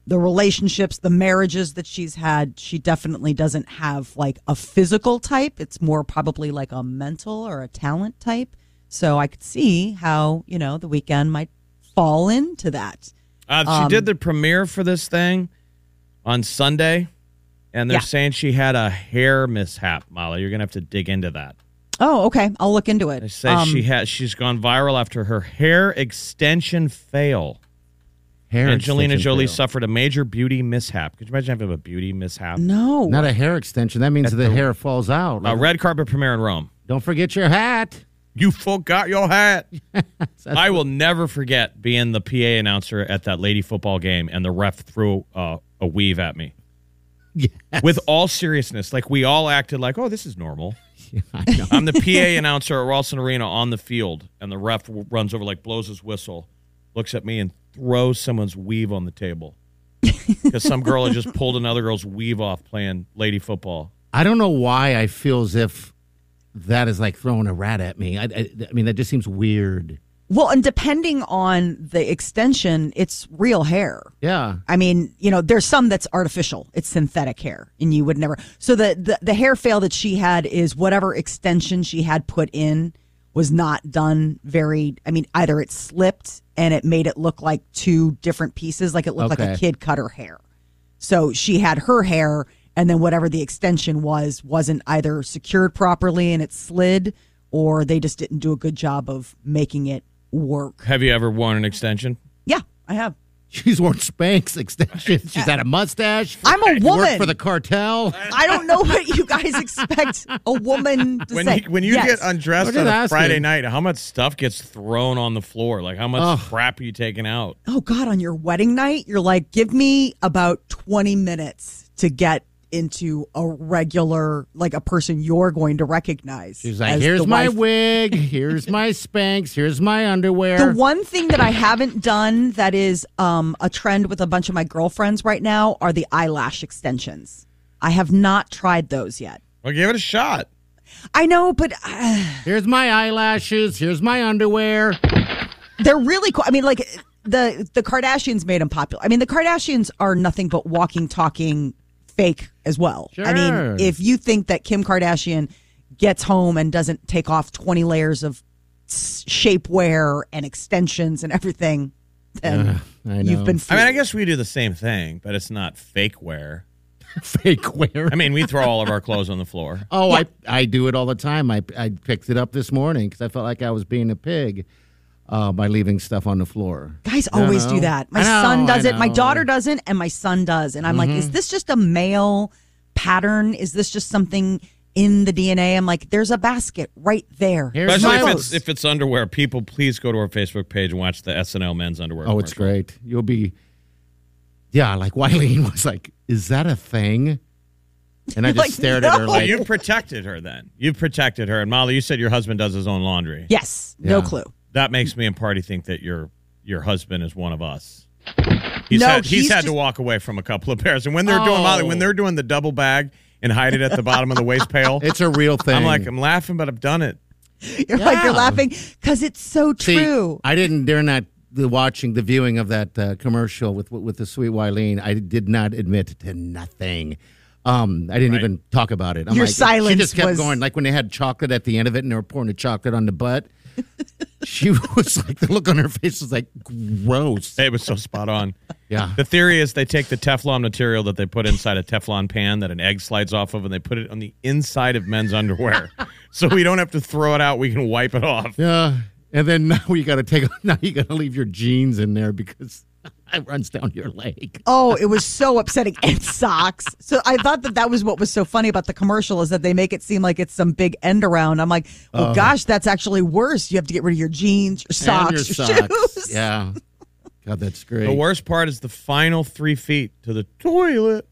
Speaker 5: the relationships, the marriages that she's had, she definitely doesn't have like a physical type. It's more probably like a mental or a talent type. So I could see how you know the weekend might fall into that.
Speaker 4: Uh,
Speaker 3: um,
Speaker 4: she did the premiere for this thing on Sunday, and they're
Speaker 5: Yeah.
Speaker 4: saying she had a hair mishap. Molly, you're gonna have to dig into that.
Speaker 5: Oh, okay. I'll look into it.
Speaker 4: They say
Speaker 3: Um,
Speaker 4: she has she's gone viral after her hair extension fail.
Speaker 3: Hair
Speaker 4: Angelina
Speaker 3: extension
Speaker 4: Jolie
Speaker 3: fail.
Speaker 4: suffered a major beauty mishap. Could you imagine having a beauty mishap?
Speaker 5: Um, No.
Speaker 3: Not a hair extension. That means the, hair falls out.
Speaker 4: A red carpet premiere in Rome.
Speaker 3: Don't forget your hat. [LAUGHS]
Speaker 4: You forgot your hat. I will never forget being the PA announcer at that lady football game, and the ref threw uh, a weave at me. With all seriousness, like we all acted like, "Oh, this is normal." I'm the PA announcer at Ralston Arena on the field, and the ref w- runs over, like blows his whistle, looks at me, and throws someone's weave on the table because some girl had just pulled another girl's weave off playing lady football.
Speaker 3: I don't know why I feel as if that is like throwing a rat at me. I, I, I mean, that just seems weird.
Speaker 5: Well, and depending on the extension, it's real hair.
Speaker 3: Yeah. [LAUGHS]
Speaker 5: I mean, you know, there's some that's artificial. It's synthetic hair, and you would never. So the, the the hair fail that she had is whatever extension she had put in was not done very. I mean, either it slipped and it made it look like two different pieces, like it looked like
Speaker 3: Okay.
Speaker 5: a kid cut her hair. So she had her hair, and then whatever the extension was wasn't either secured properly and it slid, or they just didn't do a good job of making it work.
Speaker 4: Have you ever worn an extension?
Speaker 5: Yeah, I have.
Speaker 3: She's worn Spanx extensions. She's had a mustache.
Speaker 5: I'm a
Speaker 3: She worked
Speaker 5: woman.
Speaker 3: for the cartel.
Speaker 5: I don't know what you guys expect a woman to
Speaker 4: when
Speaker 5: say.
Speaker 4: you, when you
Speaker 5: Yes.
Speaker 4: get undressed
Speaker 3: I'm just
Speaker 4: on a
Speaker 3: asking.
Speaker 4: Friday night, how much stuff gets thrown on the floor? Like how much
Speaker 3: Ugh.
Speaker 4: crap are you taking out?
Speaker 5: oh God, on your wedding night, you're like, give me about 20 minutes to get into a regular, like a person you're going to recognize.
Speaker 3: She's like,
Speaker 5: as
Speaker 3: here's
Speaker 5: the
Speaker 3: my
Speaker 5: wife."
Speaker 3: wig.
Speaker 5: [LAUGHS]
Speaker 3: Here's my Spanx. Here's my underwear.
Speaker 5: The one thing that I haven't done that is um, a trend with a bunch of my girlfriends right now are the eyelash extensions. I have not tried those yet.
Speaker 4: Well, give it a shot.
Speaker 5: I know, but uh,
Speaker 3: Here's my eyelashes. Here's my underwear.
Speaker 5: they're really cool. I mean, like the the Kardashians made them popular. I mean, the Kardashians are nothing but walking, talking fake as well. I
Speaker 3: Sure.
Speaker 5: mean, if you think that Kim Kardashian gets home and doesn't take off twenty layers of s- shapewear and extensions and everything, then
Speaker 3: I know.
Speaker 5: you've been.
Speaker 4: I mean, I
Speaker 5: fooled.
Speaker 4: guess we do the same thing, but it's not fake wear.
Speaker 3: [LAUGHS] fake wear.
Speaker 4: I mean, we throw all of our clothes on the floor.
Speaker 3: Oh, I, I do it all the time. I, I picked it up this morning because I felt like I was being a pig uh, by leaving stuff on the floor.
Speaker 5: Guys
Speaker 3: I
Speaker 5: always
Speaker 3: know.
Speaker 5: do that. My
Speaker 3: I know,
Speaker 5: son does
Speaker 3: I
Speaker 5: it. My
Speaker 3: know. Mm-hmm.
Speaker 5: daughter doesn't, and my son does. And I'm like, is this just a male pattern? Is this just something in the DNA? I'm like, there's a basket right there.
Speaker 3: Here's
Speaker 4: Especially
Speaker 3: my-
Speaker 4: if it's if it's underwear. People, please go to our Facebook page and watch the SNL men's underwear.
Speaker 3: Oh, it's
Speaker 4: commercial.
Speaker 3: great. You'll be, yeah, like [LAUGHS] Wileen was like, is that a thing? And I just
Speaker 5: Like,
Speaker 3: stared at her
Speaker 5: no.
Speaker 3: like,
Speaker 4: Oh, You've protected her then. You've protected her. And Molly, you said your husband does his own laundry.
Speaker 5: Yes, no
Speaker 3: Yeah.
Speaker 5: clue.
Speaker 4: That makes me and Party think that your your husband is one of us. He's
Speaker 5: No,
Speaker 4: had, he's,
Speaker 5: he's
Speaker 4: had to
Speaker 5: just-
Speaker 4: walk away from a couple of pairs. And when they're doing Molly, when
Speaker 3: Oh.
Speaker 4: they're doing the double bag and hide it at the bottom of the
Speaker 3: [LAUGHS]
Speaker 4: waist pail,
Speaker 3: it's a real thing.
Speaker 4: I'm like, I'm laughing, but I've done it.
Speaker 5: You're like you're
Speaker 3: Yeah.
Speaker 5: laughing because it's so
Speaker 3: See,
Speaker 5: true.
Speaker 3: I didn't during that the watching the viewing of that uh, commercial with with the sweet Wileen. I did not admit to nothing. Um, I didn't even talk about it. I'm
Speaker 5: Your
Speaker 3: like,
Speaker 5: silence
Speaker 3: She just kept
Speaker 5: was-
Speaker 3: going. Like when they had chocolate at the end of it, and they were pouring the chocolate on
Speaker 5: [LAUGHS]
Speaker 3: the butt. she was like, the look on her face was like, gross.
Speaker 4: It was so spot on.
Speaker 3: Yeah.
Speaker 4: The theory is they take the Teflon material that they put inside a Teflon pan that an egg slides off of, and they put it on the inside of men's underwear, so we don't have to throw it out. We can wipe it off.
Speaker 3: Yeah. And then now you got to take. [LAUGHS] Now you got to leave your jeans in there because [LAUGHS] it runs down your leg.
Speaker 5: Oh, it was so upsetting. And socks. So I thought that that was what was so funny about the commercial is that they make it seem like it's some big end around. I'm like, well, gosh, that's actually worse. You have to get rid of your jeans, your
Speaker 3: Oh. And
Speaker 5: socks, [LAUGHS] your, shoes.
Speaker 3: Yeah. God, that's great.
Speaker 4: The worst part is the final three feet to the toilet.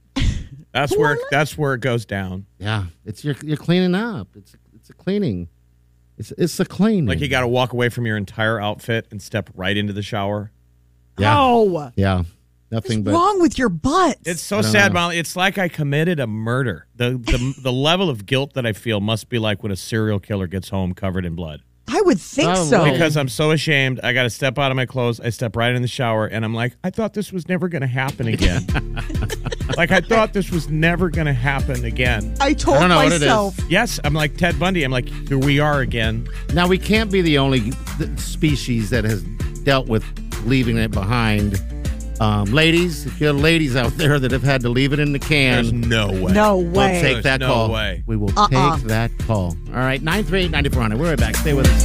Speaker 4: That's where that's where it goes down.
Speaker 3: Yeah, it's you're, you're cleaning up. It's it's a cleaning. It's it's a cleaning.
Speaker 4: Like you got to walk away from your entire outfit and step right into the shower.
Speaker 3: Yeah.
Speaker 5: Oh,
Speaker 3: yeah, nothing
Speaker 5: what's
Speaker 3: but
Speaker 5: wrong with your butt?
Speaker 4: It's so sad, Molly. It's like I committed a murder. The the the level of guilt that I feel must be like when a serial killer gets home covered in blood.
Speaker 5: I would think so.
Speaker 3: Probably.
Speaker 4: Because I'm so ashamed, I got to step out of my clothes. I step right in the shower, and I'm like, I thought this was never going to
Speaker 9: [LAUGHS]
Speaker 4: happen again. like I thought this was never going to happen again.
Speaker 5: I told
Speaker 3: I don't know what it is.
Speaker 5: myself.
Speaker 4: Yes, I'm like Ted Bundy. I'm like, here we are again.
Speaker 3: now we can't be the only th- species that has dealt with leaving it behind Um, ladies, if you're ladies out [LAUGHS] there that have had to leave it in the can,
Speaker 9: There's no way.
Speaker 5: No
Speaker 3: we'll
Speaker 5: way.
Speaker 3: take that
Speaker 9: No
Speaker 3: call.
Speaker 9: way.
Speaker 3: We will
Speaker 5: Uh-uh.
Speaker 3: take that call. All right, 938 9400. We're right back. Stay with us.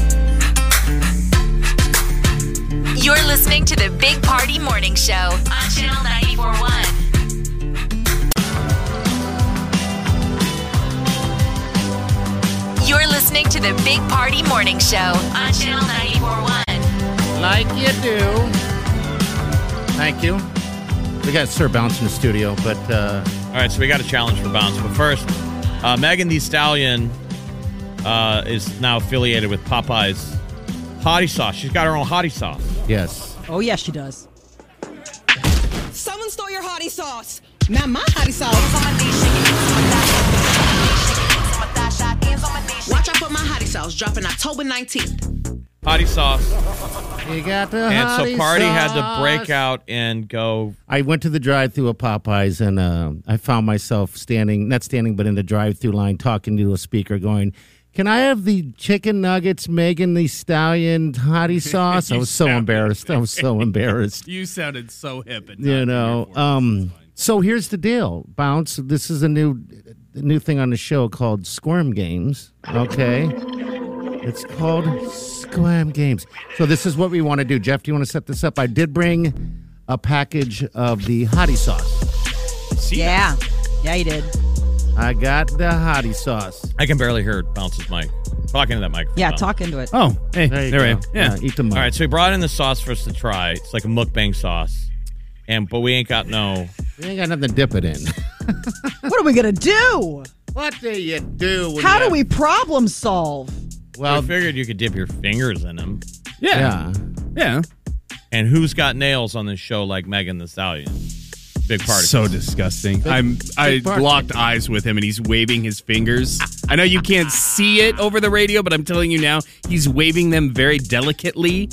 Speaker 2: You're listening to the Big Party Morning Show on Channel 941. You're listening to the Big Party Morning Show on Channel 941.
Speaker 3: Like you do. Thank you. We got Sir Bounce in the studio, but uh,
Speaker 4: All right, so we got a challenge for Bounce. But first, uh, Megan Thee Stallion uh, is now affiliated with Popeye's Hottie Sauce. She's got her own Hottie Sauce.
Speaker 3: yes.
Speaker 5: Oh, yes, she does.
Speaker 10: Someone stole your hottie sauce. Now my hottie sauce. Watch out for my hottie sauce dropping October 19th.
Speaker 4: Hottie Sauce.
Speaker 3: You got the
Speaker 4: And
Speaker 3: hottie
Speaker 4: so Party had to
Speaker 3: sauce.
Speaker 4: break out and go.
Speaker 3: I went to the drive-through of Popeyes, and uh, I found myself standing, not standing, but in the drive-through line, talking to a speaker, going, "Can I have the chicken nuggets, Megan the
Speaker 4: [LAUGHS]
Speaker 3: Stallion hottie sauce?" I was so embarrassed. I was so embarrassed.
Speaker 9: You sounded so hip. And
Speaker 3: You know. Um, so here's the deal, bounce. This is a new, new thing on the show called Squirm Games. Okay. It's called Squam Games. So this is what we want to do. Jeff, do you want to set this up? I did bring a package of the hottie sauce.
Speaker 5: Yeah. Yeah, you did.
Speaker 3: I got the hottie sauce.
Speaker 4: I can barely hear Bounce's mic. Talking to that microphone.
Speaker 5: Yeah,
Speaker 4: Bounce.
Speaker 5: talk into it.
Speaker 9: Oh, hey,
Speaker 3: There you
Speaker 9: there I am.
Speaker 3: go.
Speaker 9: Yeah.
Speaker 3: eat them up.
Speaker 4: All right, so we brought in the sauce for us to try. It's like a mukbang sauce, and but we ain't got no.
Speaker 3: We ain't got nothing to dip it in.
Speaker 5: What are we going to do?
Speaker 3: what do you do? when
Speaker 5: How
Speaker 3: you
Speaker 5: do
Speaker 3: have-
Speaker 5: we problem solve?
Speaker 4: I
Speaker 3: Well,
Speaker 4: figured you could dip your fingers in them.
Speaker 9: Yeah.
Speaker 3: yeah.
Speaker 9: Yeah.
Speaker 4: And who's got nails on this show like Megan the Stallion? Big party.
Speaker 9: So disgusting. I'm I
Speaker 3: big part.
Speaker 9: locked eyes with him and he's waving his fingers. I know you can't see it over the radio, but I'm telling you now, he's waving them very delicately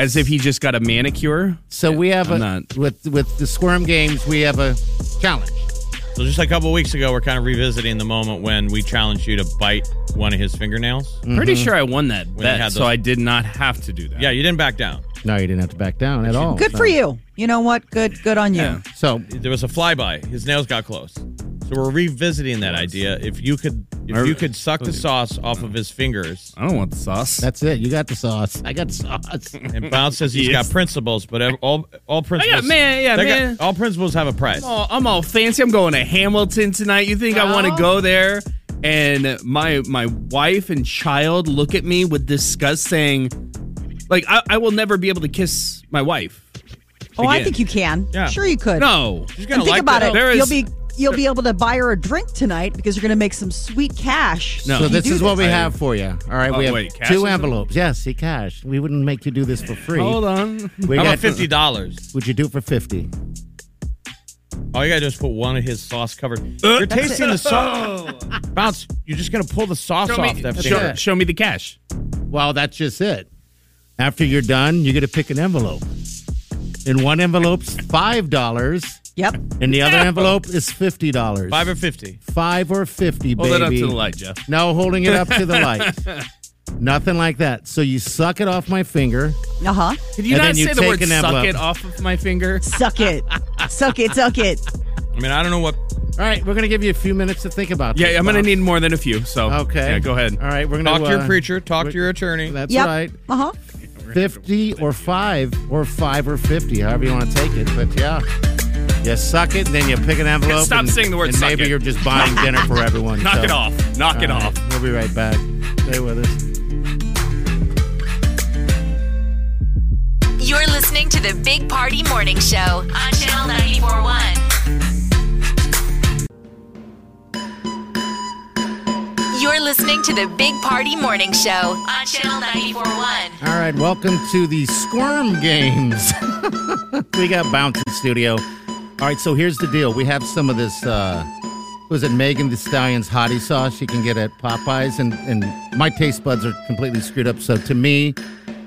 Speaker 9: as if he just got a manicure.
Speaker 3: So we have
Speaker 9: I'm
Speaker 3: a
Speaker 9: not-
Speaker 3: with with the Squirm Games. We have a challenge.
Speaker 4: So just a couple weeks ago, we're kind of revisiting the moment when we challenged you to bite one of his fingernails.
Speaker 9: Pretty sure I won that
Speaker 4: When he
Speaker 9: bet,
Speaker 4: had
Speaker 9: so
Speaker 4: those-
Speaker 9: I did not have to do that.
Speaker 4: Yeah, you didn't back down.
Speaker 3: No, you didn't have to back down at all.
Speaker 5: Good for you. You know what? Good good on you.
Speaker 9: Yeah.
Speaker 3: So
Speaker 4: There was a flyby. His nails got close. So we're revisiting that idea. If you could,
Speaker 9: Or-
Speaker 4: if you could suck the sauce off of his fingers.
Speaker 9: I don't want the sauce.
Speaker 3: that's it. You got the sauce. I got the
Speaker 5: [LAUGHS]
Speaker 3: sauce.
Speaker 4: And Bounce says he's
Speaker 9: Yes.
Speaker 4: got principles, but ev- all all principles.
Speaker 9: man, yeah,
Speaker 4: they got-
Speaker 9: man.
Speaker 4: all principles have a price.
Speaker 9: Oh, I'm all fancy. I'm going to Hamilton tonight. You think I want to go there? And my my wife and child look at me with disgust, saying, "Like I, I will never be able to kiss my wife."
Speaker 5: Oh, I
Speaker 9: Again.
Speaker 5: think you can.
Speaker 4: Yeah.
Speaker 5: Sure you could.
Speaker 9: No,
Speaker 4: She's
Speaker 5: And
Speaker 4: gonna
Speaker 5: think
Speaker 4: like
Speaker 5: about
Speaker 4: that.
Speaker 5: it.
Speaker 9: There is-
Speaker 5: you'll be you'll be able to buy her a drink tonight because you're going to make some sweet cash.
Speaker 9: No.
Speaker 5: if
Speaker 3: So
Speaker 5: you
Speaker 3: this
Speaker 5: do
Speaker 3: is what we
Speaker 9: I-
Speaker 3: have for you. All right,
Speaker 9: Oh,
Speaker 3: we have
Speaker 9: wait, cash is
Speaker 3: two
Speaker 9: in?
Speaker 3: envelopes. Yes, he cashed. We wouldn't make you do this for free.
Speaker 9: hold on.
Speaker 3: We
Speaker 4: How
Speaker 3: got
Speaker 4: about fifty dollars?
Speaker 3: Would you do it for fifty?
Speaker 4: All you gotta do is put one of his sauce covered. You're tasting the sauce. Bounce. You're just gonna pull the sauce
Speaker 9: Show
Speaker 4: off
Speaker 9: me,
Speaker 4: that
Speaker 9: show,
Speaker 4: finger.
Speaker 9: show me the cash.
Speaker 3: Well, that's just it. After you're done, you get to pick an envelope. In one envelope's five dollars,
Speaker 5: Yep.
Speaker 3: and the other envelope is fifty dollars.
Speaker 4: Five or fifty.
Speaker 3: Five or fifty,
Speaker 9: Hold
Speaker 3: baby.
Speaker 9: that up to the light, Jeff.
Speaker 3: No, holding it up to the
Speaker 9: [LAUGHS]
Speaker 3: light. Nothing like that. So you suck it off my finger.
Speaker 5: Uh huh.
Speaker 9: Did you
Speaker 3: And
Speaker 9: not
Speaker 3: then you
Speaker 9: say the
Speaker 3: take
Speaker 9: word
Speaker 3: an
Speaker 9: "suck"
Speaker 3: envelope.
Speaker 9: it off of my finger?
Speaker 5: Suck it. suck it. Suck it.
Speaker 4: I mean, I don't know what.
Speaker 3: All right, we're gonna give you a few minutes to think about.
Speaker 9: Yeah,
Speaker 3: this,
Speaker 9: I'm gonna
Speaker 3: Bob.
Speaker 9: need more than a few. So
Speaker 3: Okay.
Speaker 9: yeah, go ahead.
Speaker 3: All right, we're gonna
Speaker 4: Talk to your
Speaker 3: uh,
Speaker 4: preacher. Talk to your attorney.
Speaker 3: That's
Speaker 5: Yep.
Speaker 3: right.
Speaker 5: Uh huh.
Speaker 3: 50 or 5 or 5 or 50, however you want to take it. But yeah, you suck it, then you pick an envelope.
Speaker 9: Stop
Speaker 3: and,
Speaker 9: saying the word
Speaker 3: and
Speaker 9: suck
Speaker 3: maybe
Speaker 9: it.
Speaker 3: you're just
Speaker 9: [LAUGHS]
Speaker 3: buying dinner for everyone.
Speaker 9: Knock
Speaker 3: so-
Speaker 9: it off. Knock it
Speaker 3: All right,
Speaker 9: off.
Speaker 3: We'll be right back. Stay with us.
Speaker 2: You're listening to the Big Party Morning Show on Channel 941. You're listening to the Big Party Morning Show on Channel 941.
Speaker 3: All right, welcome to the Squirm Games. [LAUGHS] we got Bounce in studio. All right, so here's the deal. We have some of this. Uh, was it Megan the Stallion's hottie sauce you can get at Popeyes? And, and my taste buds are completely screwed up. So to me,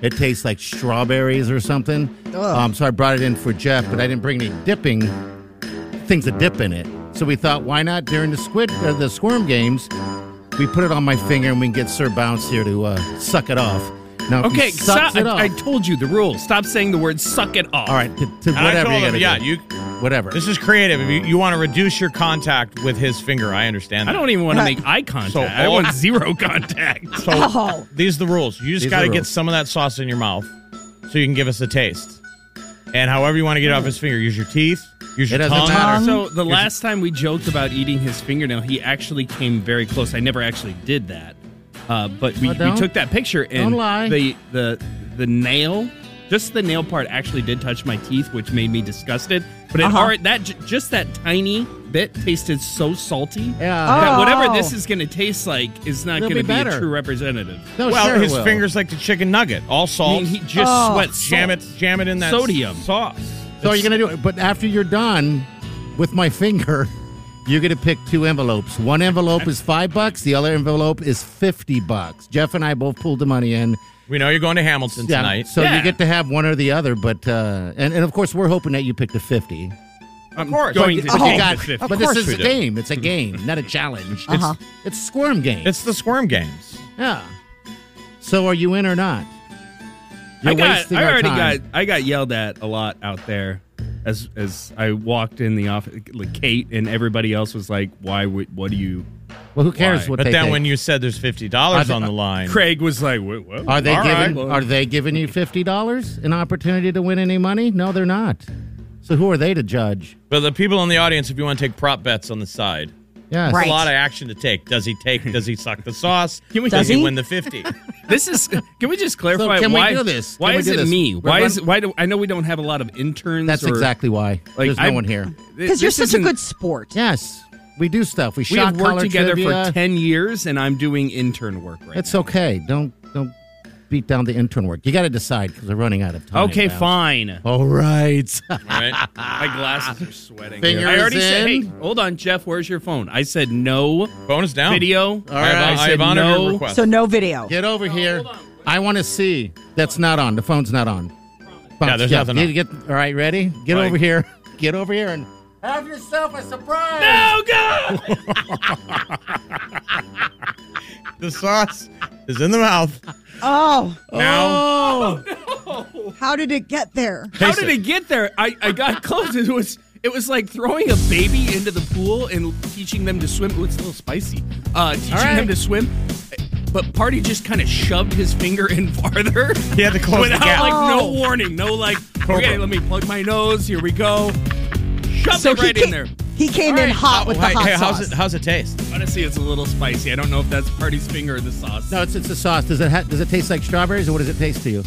Speaker 3: it tastes like strawberries or something. Um, so I brought it in for Jeff, but I didn't bring any dipping things to dip in it. So we thought, why not during the squid or the squirm games, we put it on my finger and we can get Sir Bounce here to uh, suck it off. Now, if he
Speaker 9: okay,
Speaker 3: sucks
Speaker 9: stop,
Speaker 3: it
Speaker 9: I, I
Speaker 3: off-
Speaker 9: told you the rules. Stop saying the word "suck it off."
Speaker 3: all right, to, to
Speaker 4: And I
Speaker 3: whatever
Speaker 4: told
Speaker 3: you
Speaker 4: him,
Speaker 3: gotta
Speaker 4: yeah,
Speaker 3: do.
Speaker 4: you
Speaker 3: whatever.
Speaker 4: This is creative. If you, you want to reduce your contact with his finger, I understand.
Speaker 9: I
Speaker 4: that.
Speaker 9: don't even want to make eye contact.
Speaker 4: So
Speaker 9: I
Speaker 4: all-
Speaker 9: want zero [LAUGHS] contact.
Speaker 4: So
Speaker 5: Oh.
Speaker 4: these are the rules. You just
Speaker 9: These
Speaker 4: got
Speaker 9: are
Speaker 4: to
Speaker 9: the
Speaker 4: get
Speaker 9: rules.
Speaker 4: some of that sauce in your mouth, so you can give us a taste. And however you want to get it off his finger, use your teeth, use your tongue.
Speaker 9: So the
Speaker 4: Use your-
Speaker 9: last time we joked about eating his fingernail, he actually came very close. I never actually did that, uh, but we,
Speaker 3: Oh,
Speaker 9: we
Speaker 3: don't-
Speaker 9: took that picture and
Speaker 3: don't lie.
Speaker 9: the the the nail, just the nail part, actually did touch my teeth, which made me disgusted. But it
Speaker 3: Uh-huh.
Speaker 9: alright, that j- just that tiny bit tasted so salty.
Speaker 3: Yeah.
Speaker 9: that
Speaker 3: Oh.
Speaker 9: whatever this is going to taste like is not
Speaker 3: It'll
Speaker 9: going to
Speaker 3: be
Speaker 9: be, a
Speaker 3: better.
Speaker 9: true representative.
Speaker 3: No,
Speaker 4: well,
Speaker 3: sure it
Speaker 4: his
Speaker 3: will.
Speaker 4: fingers like the chicken nugget, all salt.
Speaker 9: mean, he just Oh. sweats
Speaker 4: Jam it,
Speaker 9: salt.
Speaker 4: jam it in that
Speaker 9: Sodium.
Speaker 4: sauce.
Speaker 3: So you're gonna do it, but after you're done with my [LAUGHS] finger, you're gonna pick two envelopes. One envelope is five bucks. The other envelope is fifty bucks. Jeff and I both pulled the money in.
Speaker 4: We know you're going to Hamilton
Speaker 3: Yeah,
Speaker 4: tonight.
Speaker 3: So you get to have one or the other, but uh, and and of course we're hoping that you pick the fifty.
Speaker 4: of course.
Speaker 3: But-
Speaker 4: Going to
Speaker 3: but you
Speaker 4: take
Speaker 3: got-
Speaker 4: the 50.
Speaker 3: Oh, but
Speaker 4: Of
Speaker 3: this
Speaker 4: course
Speaker 3: is
Speaker 4: we
Speaker 3: a
Speaker 4: do.
Speaker 3: game. It's a game, not a challenge.
Speaker 4: Uh-huh.
Speaker 3: It's it's squirm game.
Speaker 4: It's the squirm games.
Speaker 3: yeah. So are you in or not? You're
Speaker 9: I got.
Speaker 3: wasting
Speaker 9: I
Speaker 3: our
Speaker 9: already
Speaker 3: time.
Speaker 9: got. I got yelled at a lot out there, as as I walked in the office. Like Kate and everybody else was like, "Why? would? What do you?"
Speaker 3: Well, who cares
Speaker 9: Why?
Speaker 3: what
Speaker 4: But
Speaker 3: they
Speaker 4: then
Speaker 3: think?
Speaker 4: when you said there's fifty dollars
Speaker 3: Are
Speaker 4: on
Speaker 3: they-
Speaker 4: the line,
Speaker 9: Craig was like, "Wha- wha-
Speaker 3: Are they
Speaker 9: all
Speaker 3: giving
Speaker 9: right."
Speaker 3: Are they giving you fifty dollars an opportunity to win any money? No, they're not. So who are they to judge?
Speaker 4: but the people in the audience, if you want to take prop bets on the side,
Speaker 3: Yes.
Speaker 4: there's a lot of action to take. Does he take? Does he suck the sauce?
Speaker 9: Can we-
Speaker 4: does
Speaker 9: Does
Speaker 4: he
Speaker 9: he?
Speaker 4: win the fifty?
Speaker 9: This is. [LAUGHS] Can we just clarify
Speaker 3: can we
Speaker 9: why
Speaker 3: do this?
Speaker 9: Why
Speaker 3: Can we
Speaker 9: is
Speaker 3: do
Speaker 9: it
Speaker 3: this?
Speaker 9: me?
Speaker 3: We're
Speaker 9: Why
Speaker 3: run-
Speaker 9: is it? Why do I know we don't have a lot of interns?
Speaker 3: That's
Speaker 9: or-
Speaker 3: exactly why.
Speaker 9: Like,
Speaker 3: There's no
Speaker 9: I'm-
Speaker 3: one here.
Speaker 5: Because you're
Speaker 9: This
Speaker 5: such a
Speaker 9: isn't-
Speaker 5: good sport.
Speaker 3: Yes, we do stuff. We,
Speaker 9: We
Speaker 3: shot
Speaker 9: have worked
Speaker 3: collar
Speaker 9: together
Speaker 3: trivia.
Speaker 9: for ten years, and I'm doing intern work right
Speaker 3: It's okay. Don't don't beat down the intern work. You got to decide because we're running out of
Speaker 9: now.
Speaker 3: time.
Speaker 9: Okay,
Speaker 3: now.
Speaker 9: fine.
Speaker 3: All right. [LAUGHS]
Speaker 4: right?
Speaker 9: My glasses are sweating.
Speaker 3: Fingers
Speaker 9: I already said,
Speaker 3: in.
Speaker 9: hey, hold on, Jeff, where's your phone? I said no.
Speaker 4: Phone is down.
Speaker 9: Video.
Speaker 4: All right. I have, I
Speaker 9: I
Speaker 4: have
Speaker 9: said
Speaker 4: honored
Speaker 9: no.
Speaker 4: your request.
Speaker 5: So no video.
Speaker 3: Get over here. I want to see. That's not on. The phone's not on.
Speaker 4: Yeah, there's
Speaker 3: Jeff,
Speaker 4: nothing
Speaker 3: you
Speaker 4: on.
Speaker 3: Get, all right, ready? Get
Speaker 4: Like-
Speaker 3: over here. [LAUGHS] Get over here and have yourself a surprise.
Speaker 9: No, go!
Speaker 4: the sauce is in the mouth.
Speaker 5: Oh,
Speaker 4: Now
Speaker 3: Oh,
Speaker 5: how did it get there?
Speaker 9: How did it get there? I, I got [LAUGHS] close. It was it was like throwing a baby into the pool and teaching them to swim. Ooh, it's a little spicy. Uh, teaching
Speaker 3: right.
Speaker 9: them to swim. But Party just kind of shoved his finger in [LAUGHS] farther.
Speaker 4: He had to close the
Speaker 9: without
Speaker 4: gap.
Speaker 9: like no
Speaker 5: Oh.
Speaker 9: warning, no like. Okay, let me plug my nose. Here we go. Shoved
Speaker 5: So
Speaker 9: it right
Speaker 5: he
Speaker 9: in
Speaker 5: came,
Speaker 9: there.
Speaker 5: he came
Speaker 4: All
Speaker 5: in
Speaker 4: right. Oh,
Speaker 5: hot with the
Speaker 4: Hey,
Speaker 5: hot
Speaker 4: hey,
Speaker 5: sauce.
Speaker 4: [LAUGHS] How's it, how's it taste?
Speaker 9: Honestly, it's a little spicy. I don't know if that's Party's finger or the sauce.
Speaker 3: no, it's it's a sauce. Does it ha- does it taste like strawberries or what does it taste to you?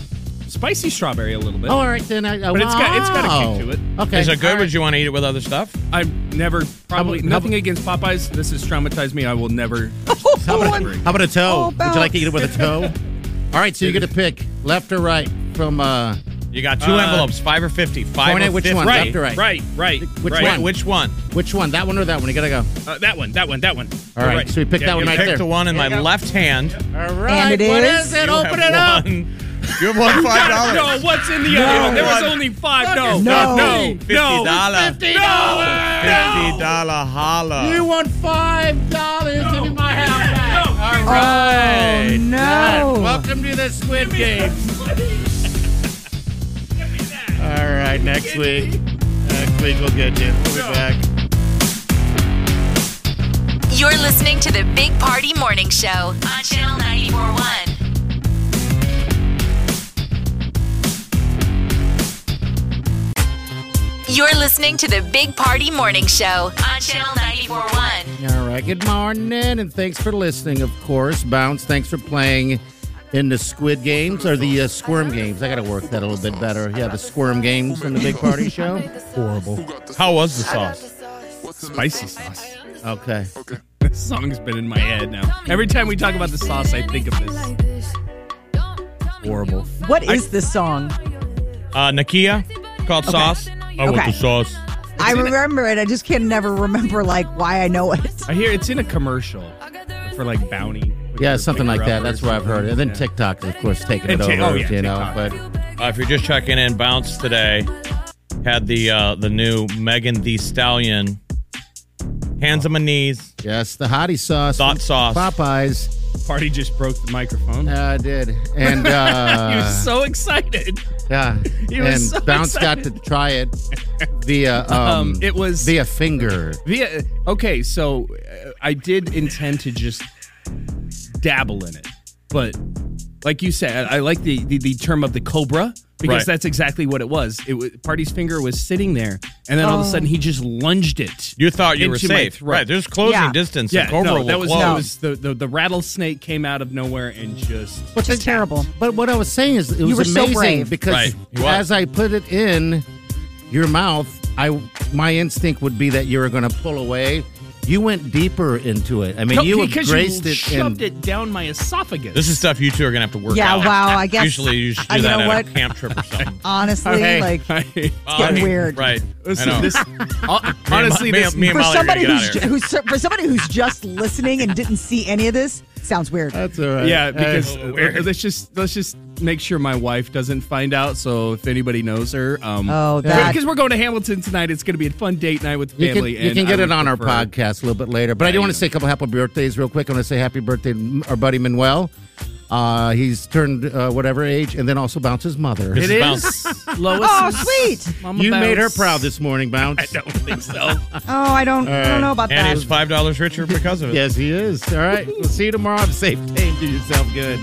Speaker 9: spicy strawberry a little bit.
Speaker 3: Oh, all right then. I, I,
Speaker 9: But it's got- it's got a
Speaker 3: wow.
Speaker 9: kick to it.
Speaker 3: Okay,
Speaker 4: Is it good?
Speaker 3: all right.
Speaker 4: Would you want to eat it with other stuff?
Speaker 9: I've never probably
Speaker 3: about- how
Speaker 9: nothing against Popeyes. This has traumatized me. I will never.
Speaker 3: How about, a, how about a
Speaker 5: Oh,
Speaker 3: toe? Would you like to
Speaker 5: bounce.
Speaker 3: eat it with a toe?
Speaker 5: [LAUGHS]
Speaker 3: all right, so you get to pick left or right from uh,
Speaker 4: You got two
Speaker 9: Uh,
Speaker 4: envelopes, five or fifty. Five
Speaker 3: point
Speaker 4: or
Speaker 3: at which
Speaker 4: 50.
Speaker 3: one,
Speaker 9: right,
Speaker 3: left or right?
Speaker 9: right, right,
Speaker 3: Which
Speaker 9: right.
Speaker 3: one?
Speaker 4: Which one?
Speaker 3: which one? That one or that one? You gotta go.
Speaker 9: Uh, that one, that one, that one.
Speaker 3: All right, so we picked that one
Speaker 9: you
Speaker 3: right
Speaker 4: Pick
Speaker 3: there.
Speaker 4: the one in my left hand.
Speaker 3: All right,
Speaker 5: And it
Speaker 3: what
Speaker 5: is-
Speaker 3: is it?
Speaker 4: You
Speaker 3: Open
Speaker 4: have
Speaker 3: it up.
Speaker 4: one- You have one five
Speaker 9: picked-
Speaker 4: dollars.
Speaker 9: No, Oh, what's in the other one? There was
Speaker 4: one.
Speaker 9: only five. No,
Speaker 5: No.
Speaker 9: no,
Speaker 4: Fifty
Speaker 9: no.
Speaker 4: dollar.
Speaker 3: Fifty
Speaker 4: Fifty dollar holla.
Speaker 3: You want five dollars in my house? All right.
Speaker 5: Oh, no.
Speaker 3: Welcome to the Squid Game.
Speaker 5: [LAUGHS]
Speaker 3: All right, next week. Next week we'll get you. We'll be back.
Speaker 2: You're listening to the Big Party Morning Show on Channel 941. You're listening to the Big Party Morning Show on Channel 941.
Speaker 3: All right. Good morning, and thanks for listening. Of course, bounce. Thanks for playing in the Squid Games or the uh, Squirm Games. I got to work that a little bit better. Yeah, the Squirm Games and the Big Party Show. Horrible.
Speaker 4: How was the sauce?
Speaker 9: Spicy sauce.
Speaker 3: Okay.
Speaker 9: This song's been in my head now. Every time we talk about the sauce, I think of this. Horrible.
Speaker 5: What is this song?
Speaker 4: Uh, Nakia called sauce. I
Speaker 5: want Okay. the
Speaker 4: sauce.
Speaker 5: I remember it. I just can never remember like why I know it.
Speaker 9: I hear it's in a commercial for like Bounty.
Speaker 3: Yeah, something like that. That's where I've heard it. And then TikTok, of course, taking it
Speaker 9: And Tik-
Speaker 3: over.
Speaker 9: oh, yeah,
Speaker 3: you know,
Speaker 9: TikTok.
Speaker 3: but
Speaker 4: Uh, if you're just checking in, Bounce today had the uh, the new Megan the Stallion. Hands on my knees.
Speaker 3: yes, the hottie sauce,
Speaker 4: Thought
Speaker 3: from
Speaker 4: sauce.
Speaker 3: Popeyes.
Speaker 9: Party just broke the microphone.
Speaker 3: Yeah,
Speaker 9: [LAUGHS]
Speaker 3: I did. And uh,
Speaker 9: he was so excited. [LAUGHS]
Speaker 3: Yeah.
Speaker 9: He
Speaker 3: and
Speaker 9: was so
Speaker 3: Bounce got
Speaker 9: excited.
Speaker 3: to try it via
Speaker 9: [LAUGHS]
Speaker 3: um,
Speaker 9: Um, it was
Speaker 3: via finger.
Speaker 9: Via okay, so uh, I did intend to just dabble in it, but like you said, I, I like the, the the term of the cobra because
Speaker 4: Right.
Speaker 9: that's exactly what it was. It was party's finger was sitting there, and then all of a
Speaker 4: Oh.
Speaker 9: sudden he just lunged it.
Speaker 4: You thought you were
Speaker 9: into my
Speaker 4: safe.
Speaker 9: throat.
Speaker 4: Right, there's closing distance. The
Speaker 9: Yeah,
Speaker 4: cobra
Speaker 9: no,
Speaker 4: will
Speaker 9: that was,
Speaker 4: close.
Speaker 9: that was the, the the rattlesnake came out of nowhere and just
Speaker 3: Which is terrible. But what I was saying is, it
Speaker 9: You
Speaker 3: was
Speaker 9: were so
Speaker 3: amazing
Speaker 9: brave.
Speaker 3: because
Speaker 9: Right, you are.
Speaker 3: as I put it in your mouth, I my instinct would be that you were going to pull away. You went deeper into it. I mean,
Speaker 9: No,
Speaker 3: you
Speaker 9: because
Speaker 3: embraced
Speaker 9: you
Speaker 3: it.
Speaker 9: shoved
Speaker 3: And,
Speaker 9: it down my esophagus.
Speaker 4: This is stuff you two are gonna have to work
Speaker 5: Yeah,
Speaker 4: out.
Speaker 5: wow, I guess-
Speaker 4: usually you should do
Speaker 5: I- you
Speaker 4: that
Speaker 5: know
Speaker 4: at a
Speaker 5: what?
Speaker 4: camp trip
Speaker 5: [LAUGHS]
Speaker 4: or something.
Speaker 5: Honestly, like
Speaker 9: it's
Speaker 5: getting weird.
Speaker 4: Right.
Speaker 9: Listen,
Speaker 4: I know.
Speaker 9: this- honestly,
Speaker 4: me and-
Speaker 9: this-
Speaker 4: me and
Speaker 5: for
Speaker 4: Molly are
Speaker 5: somebody
Speaker 4: gonna get out
Speaker 5: who's,
Speaker 4: of here.
Speaker 5: ju- who's for somebody who's just listening and didn't see any of this, sounds weird.
Speaker 3: That's all right.
Speaker 9: Yeah, because
Speaker 4: Uh, weird.
Speaker 9: let's just let's just make sure my wife doesn't find out. So if anybody knows her, um,
Speaker 3: Oh, that-
Speaker 9: because we're going to Hamilton tonight, it's going to be a fun date night with the
Speaker 3: you can,
Speaker 9: family.
Speaker 3: you
Speaker 9: and
Speaker 3: can get
Speaker 9: I
Speaker 3: it
Speaker 9: would
Speaker 3: on our
Speaker 9: prefer-
Speaker 3: podcast a little bit later. But I do want to say a couple happy birthdays real quick. I want to say happy birthday to our buddy Manuel. Uh, he's turned uh, whatever age, and then also Bounce's mother.
Speaker 9: It is
Speaker 3: [LAUGHS]
Speaker 9: Lois.
Speaker 5: Oh, sweet.
Speaker 9: Mama
Speaker 3: you made her
Speaker 9: Bounce.
Speaker 3: proud
Speaker 9: [LAUGHS]
Speaker 3: this [LAUGHS] morning, Bounce.
Speaker 9: I don't think so.
Speaker 5: Oh, I don't, I don't know about
Speaker 4: and
Speaker 5: that.
Speaker 4: he's five dollars richer because of it.
Speaker 3: Yes, he is. All right. We'll see you tomorrow. Have a safe day and do yourself good.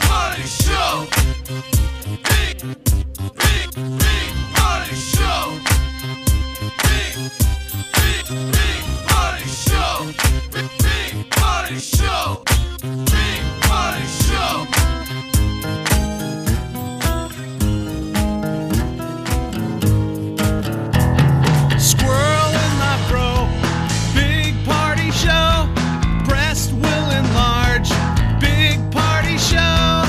Speaker 1: Party show. Big, big, big party show. Big, big, big party show. Big, big party show. Big party show. Squirrel in my fro. Big party show. Breast will enlarge. Big party show.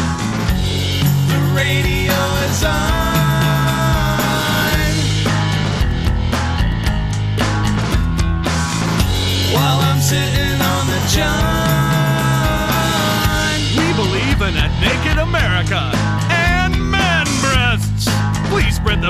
Speaker 1: The radio is on. While I'm sitting on the john. We believe in a naked America and man breasts. Please spread the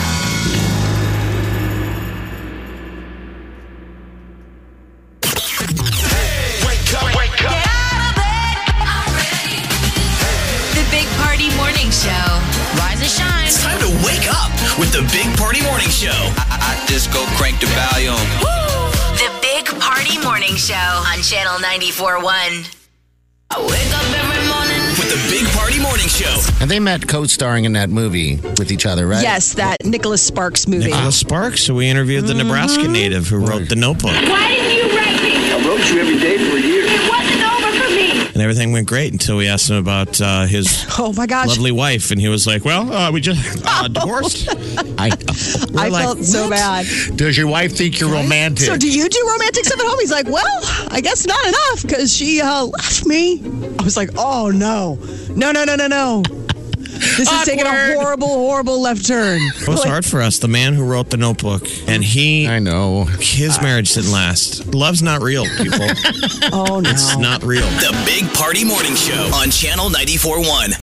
Speaker 6: Wake up, wake up.
Speaker 2: The Big Party Morning Show. Rise and shine.
Speaker 6: It's time to wake up with the Big Party Morning Show. I, I just go crank the volume.
Speaker 2: The Big Party Morning Show on Channel 94.1. I wake up every morning.
Speaker 6: With the Big Party Morning Show.
Speaker 3: And they met co-starring in that movie with each other, right?
Speaker 11: Yes, that Nicholas Sparks movie.
Speaker 4: Nicholas Sparks, who we interviewed the Nebraska
Speaker 11: Mm-hmm.
Speaker 4: native who wrote The Notebook.
Speaker 11: Why didn't you write me?
Speaker 12: I wrote you every day for a year.
Speaker 11: It wasn't over for me.
Speaker 4: And everything went great until we asked him about uh, his
Speaker 11: Oh my [LAUGHS] gosh.
Speaker 4: lovely wife. And he was like, Well, uh, we just
Speaker 11: [LAUGHS]
Speaker 4: uh, divorced. I,
Speaker 11: I felt so bad.
Speaker 3: Does your wife think you're romantic?
Speaker 11: So, do you do romantic stuff at home? He's like, well, I guess not enough because she uh, left me. I was like, oh no, no, no, no, no, no. This is taking a horrible, horrible left turn.
Speaker 4: It was hard for us. The man who wrote The Notebook, and he. I
Speaker 3: know.
Speaker 4: His marriage didn't last. Love's not real, people.
Speaker 11: oh no.
Speaker 4: It's not real.
Speaker 6: The Big Party Morning Show on Channel 94.1.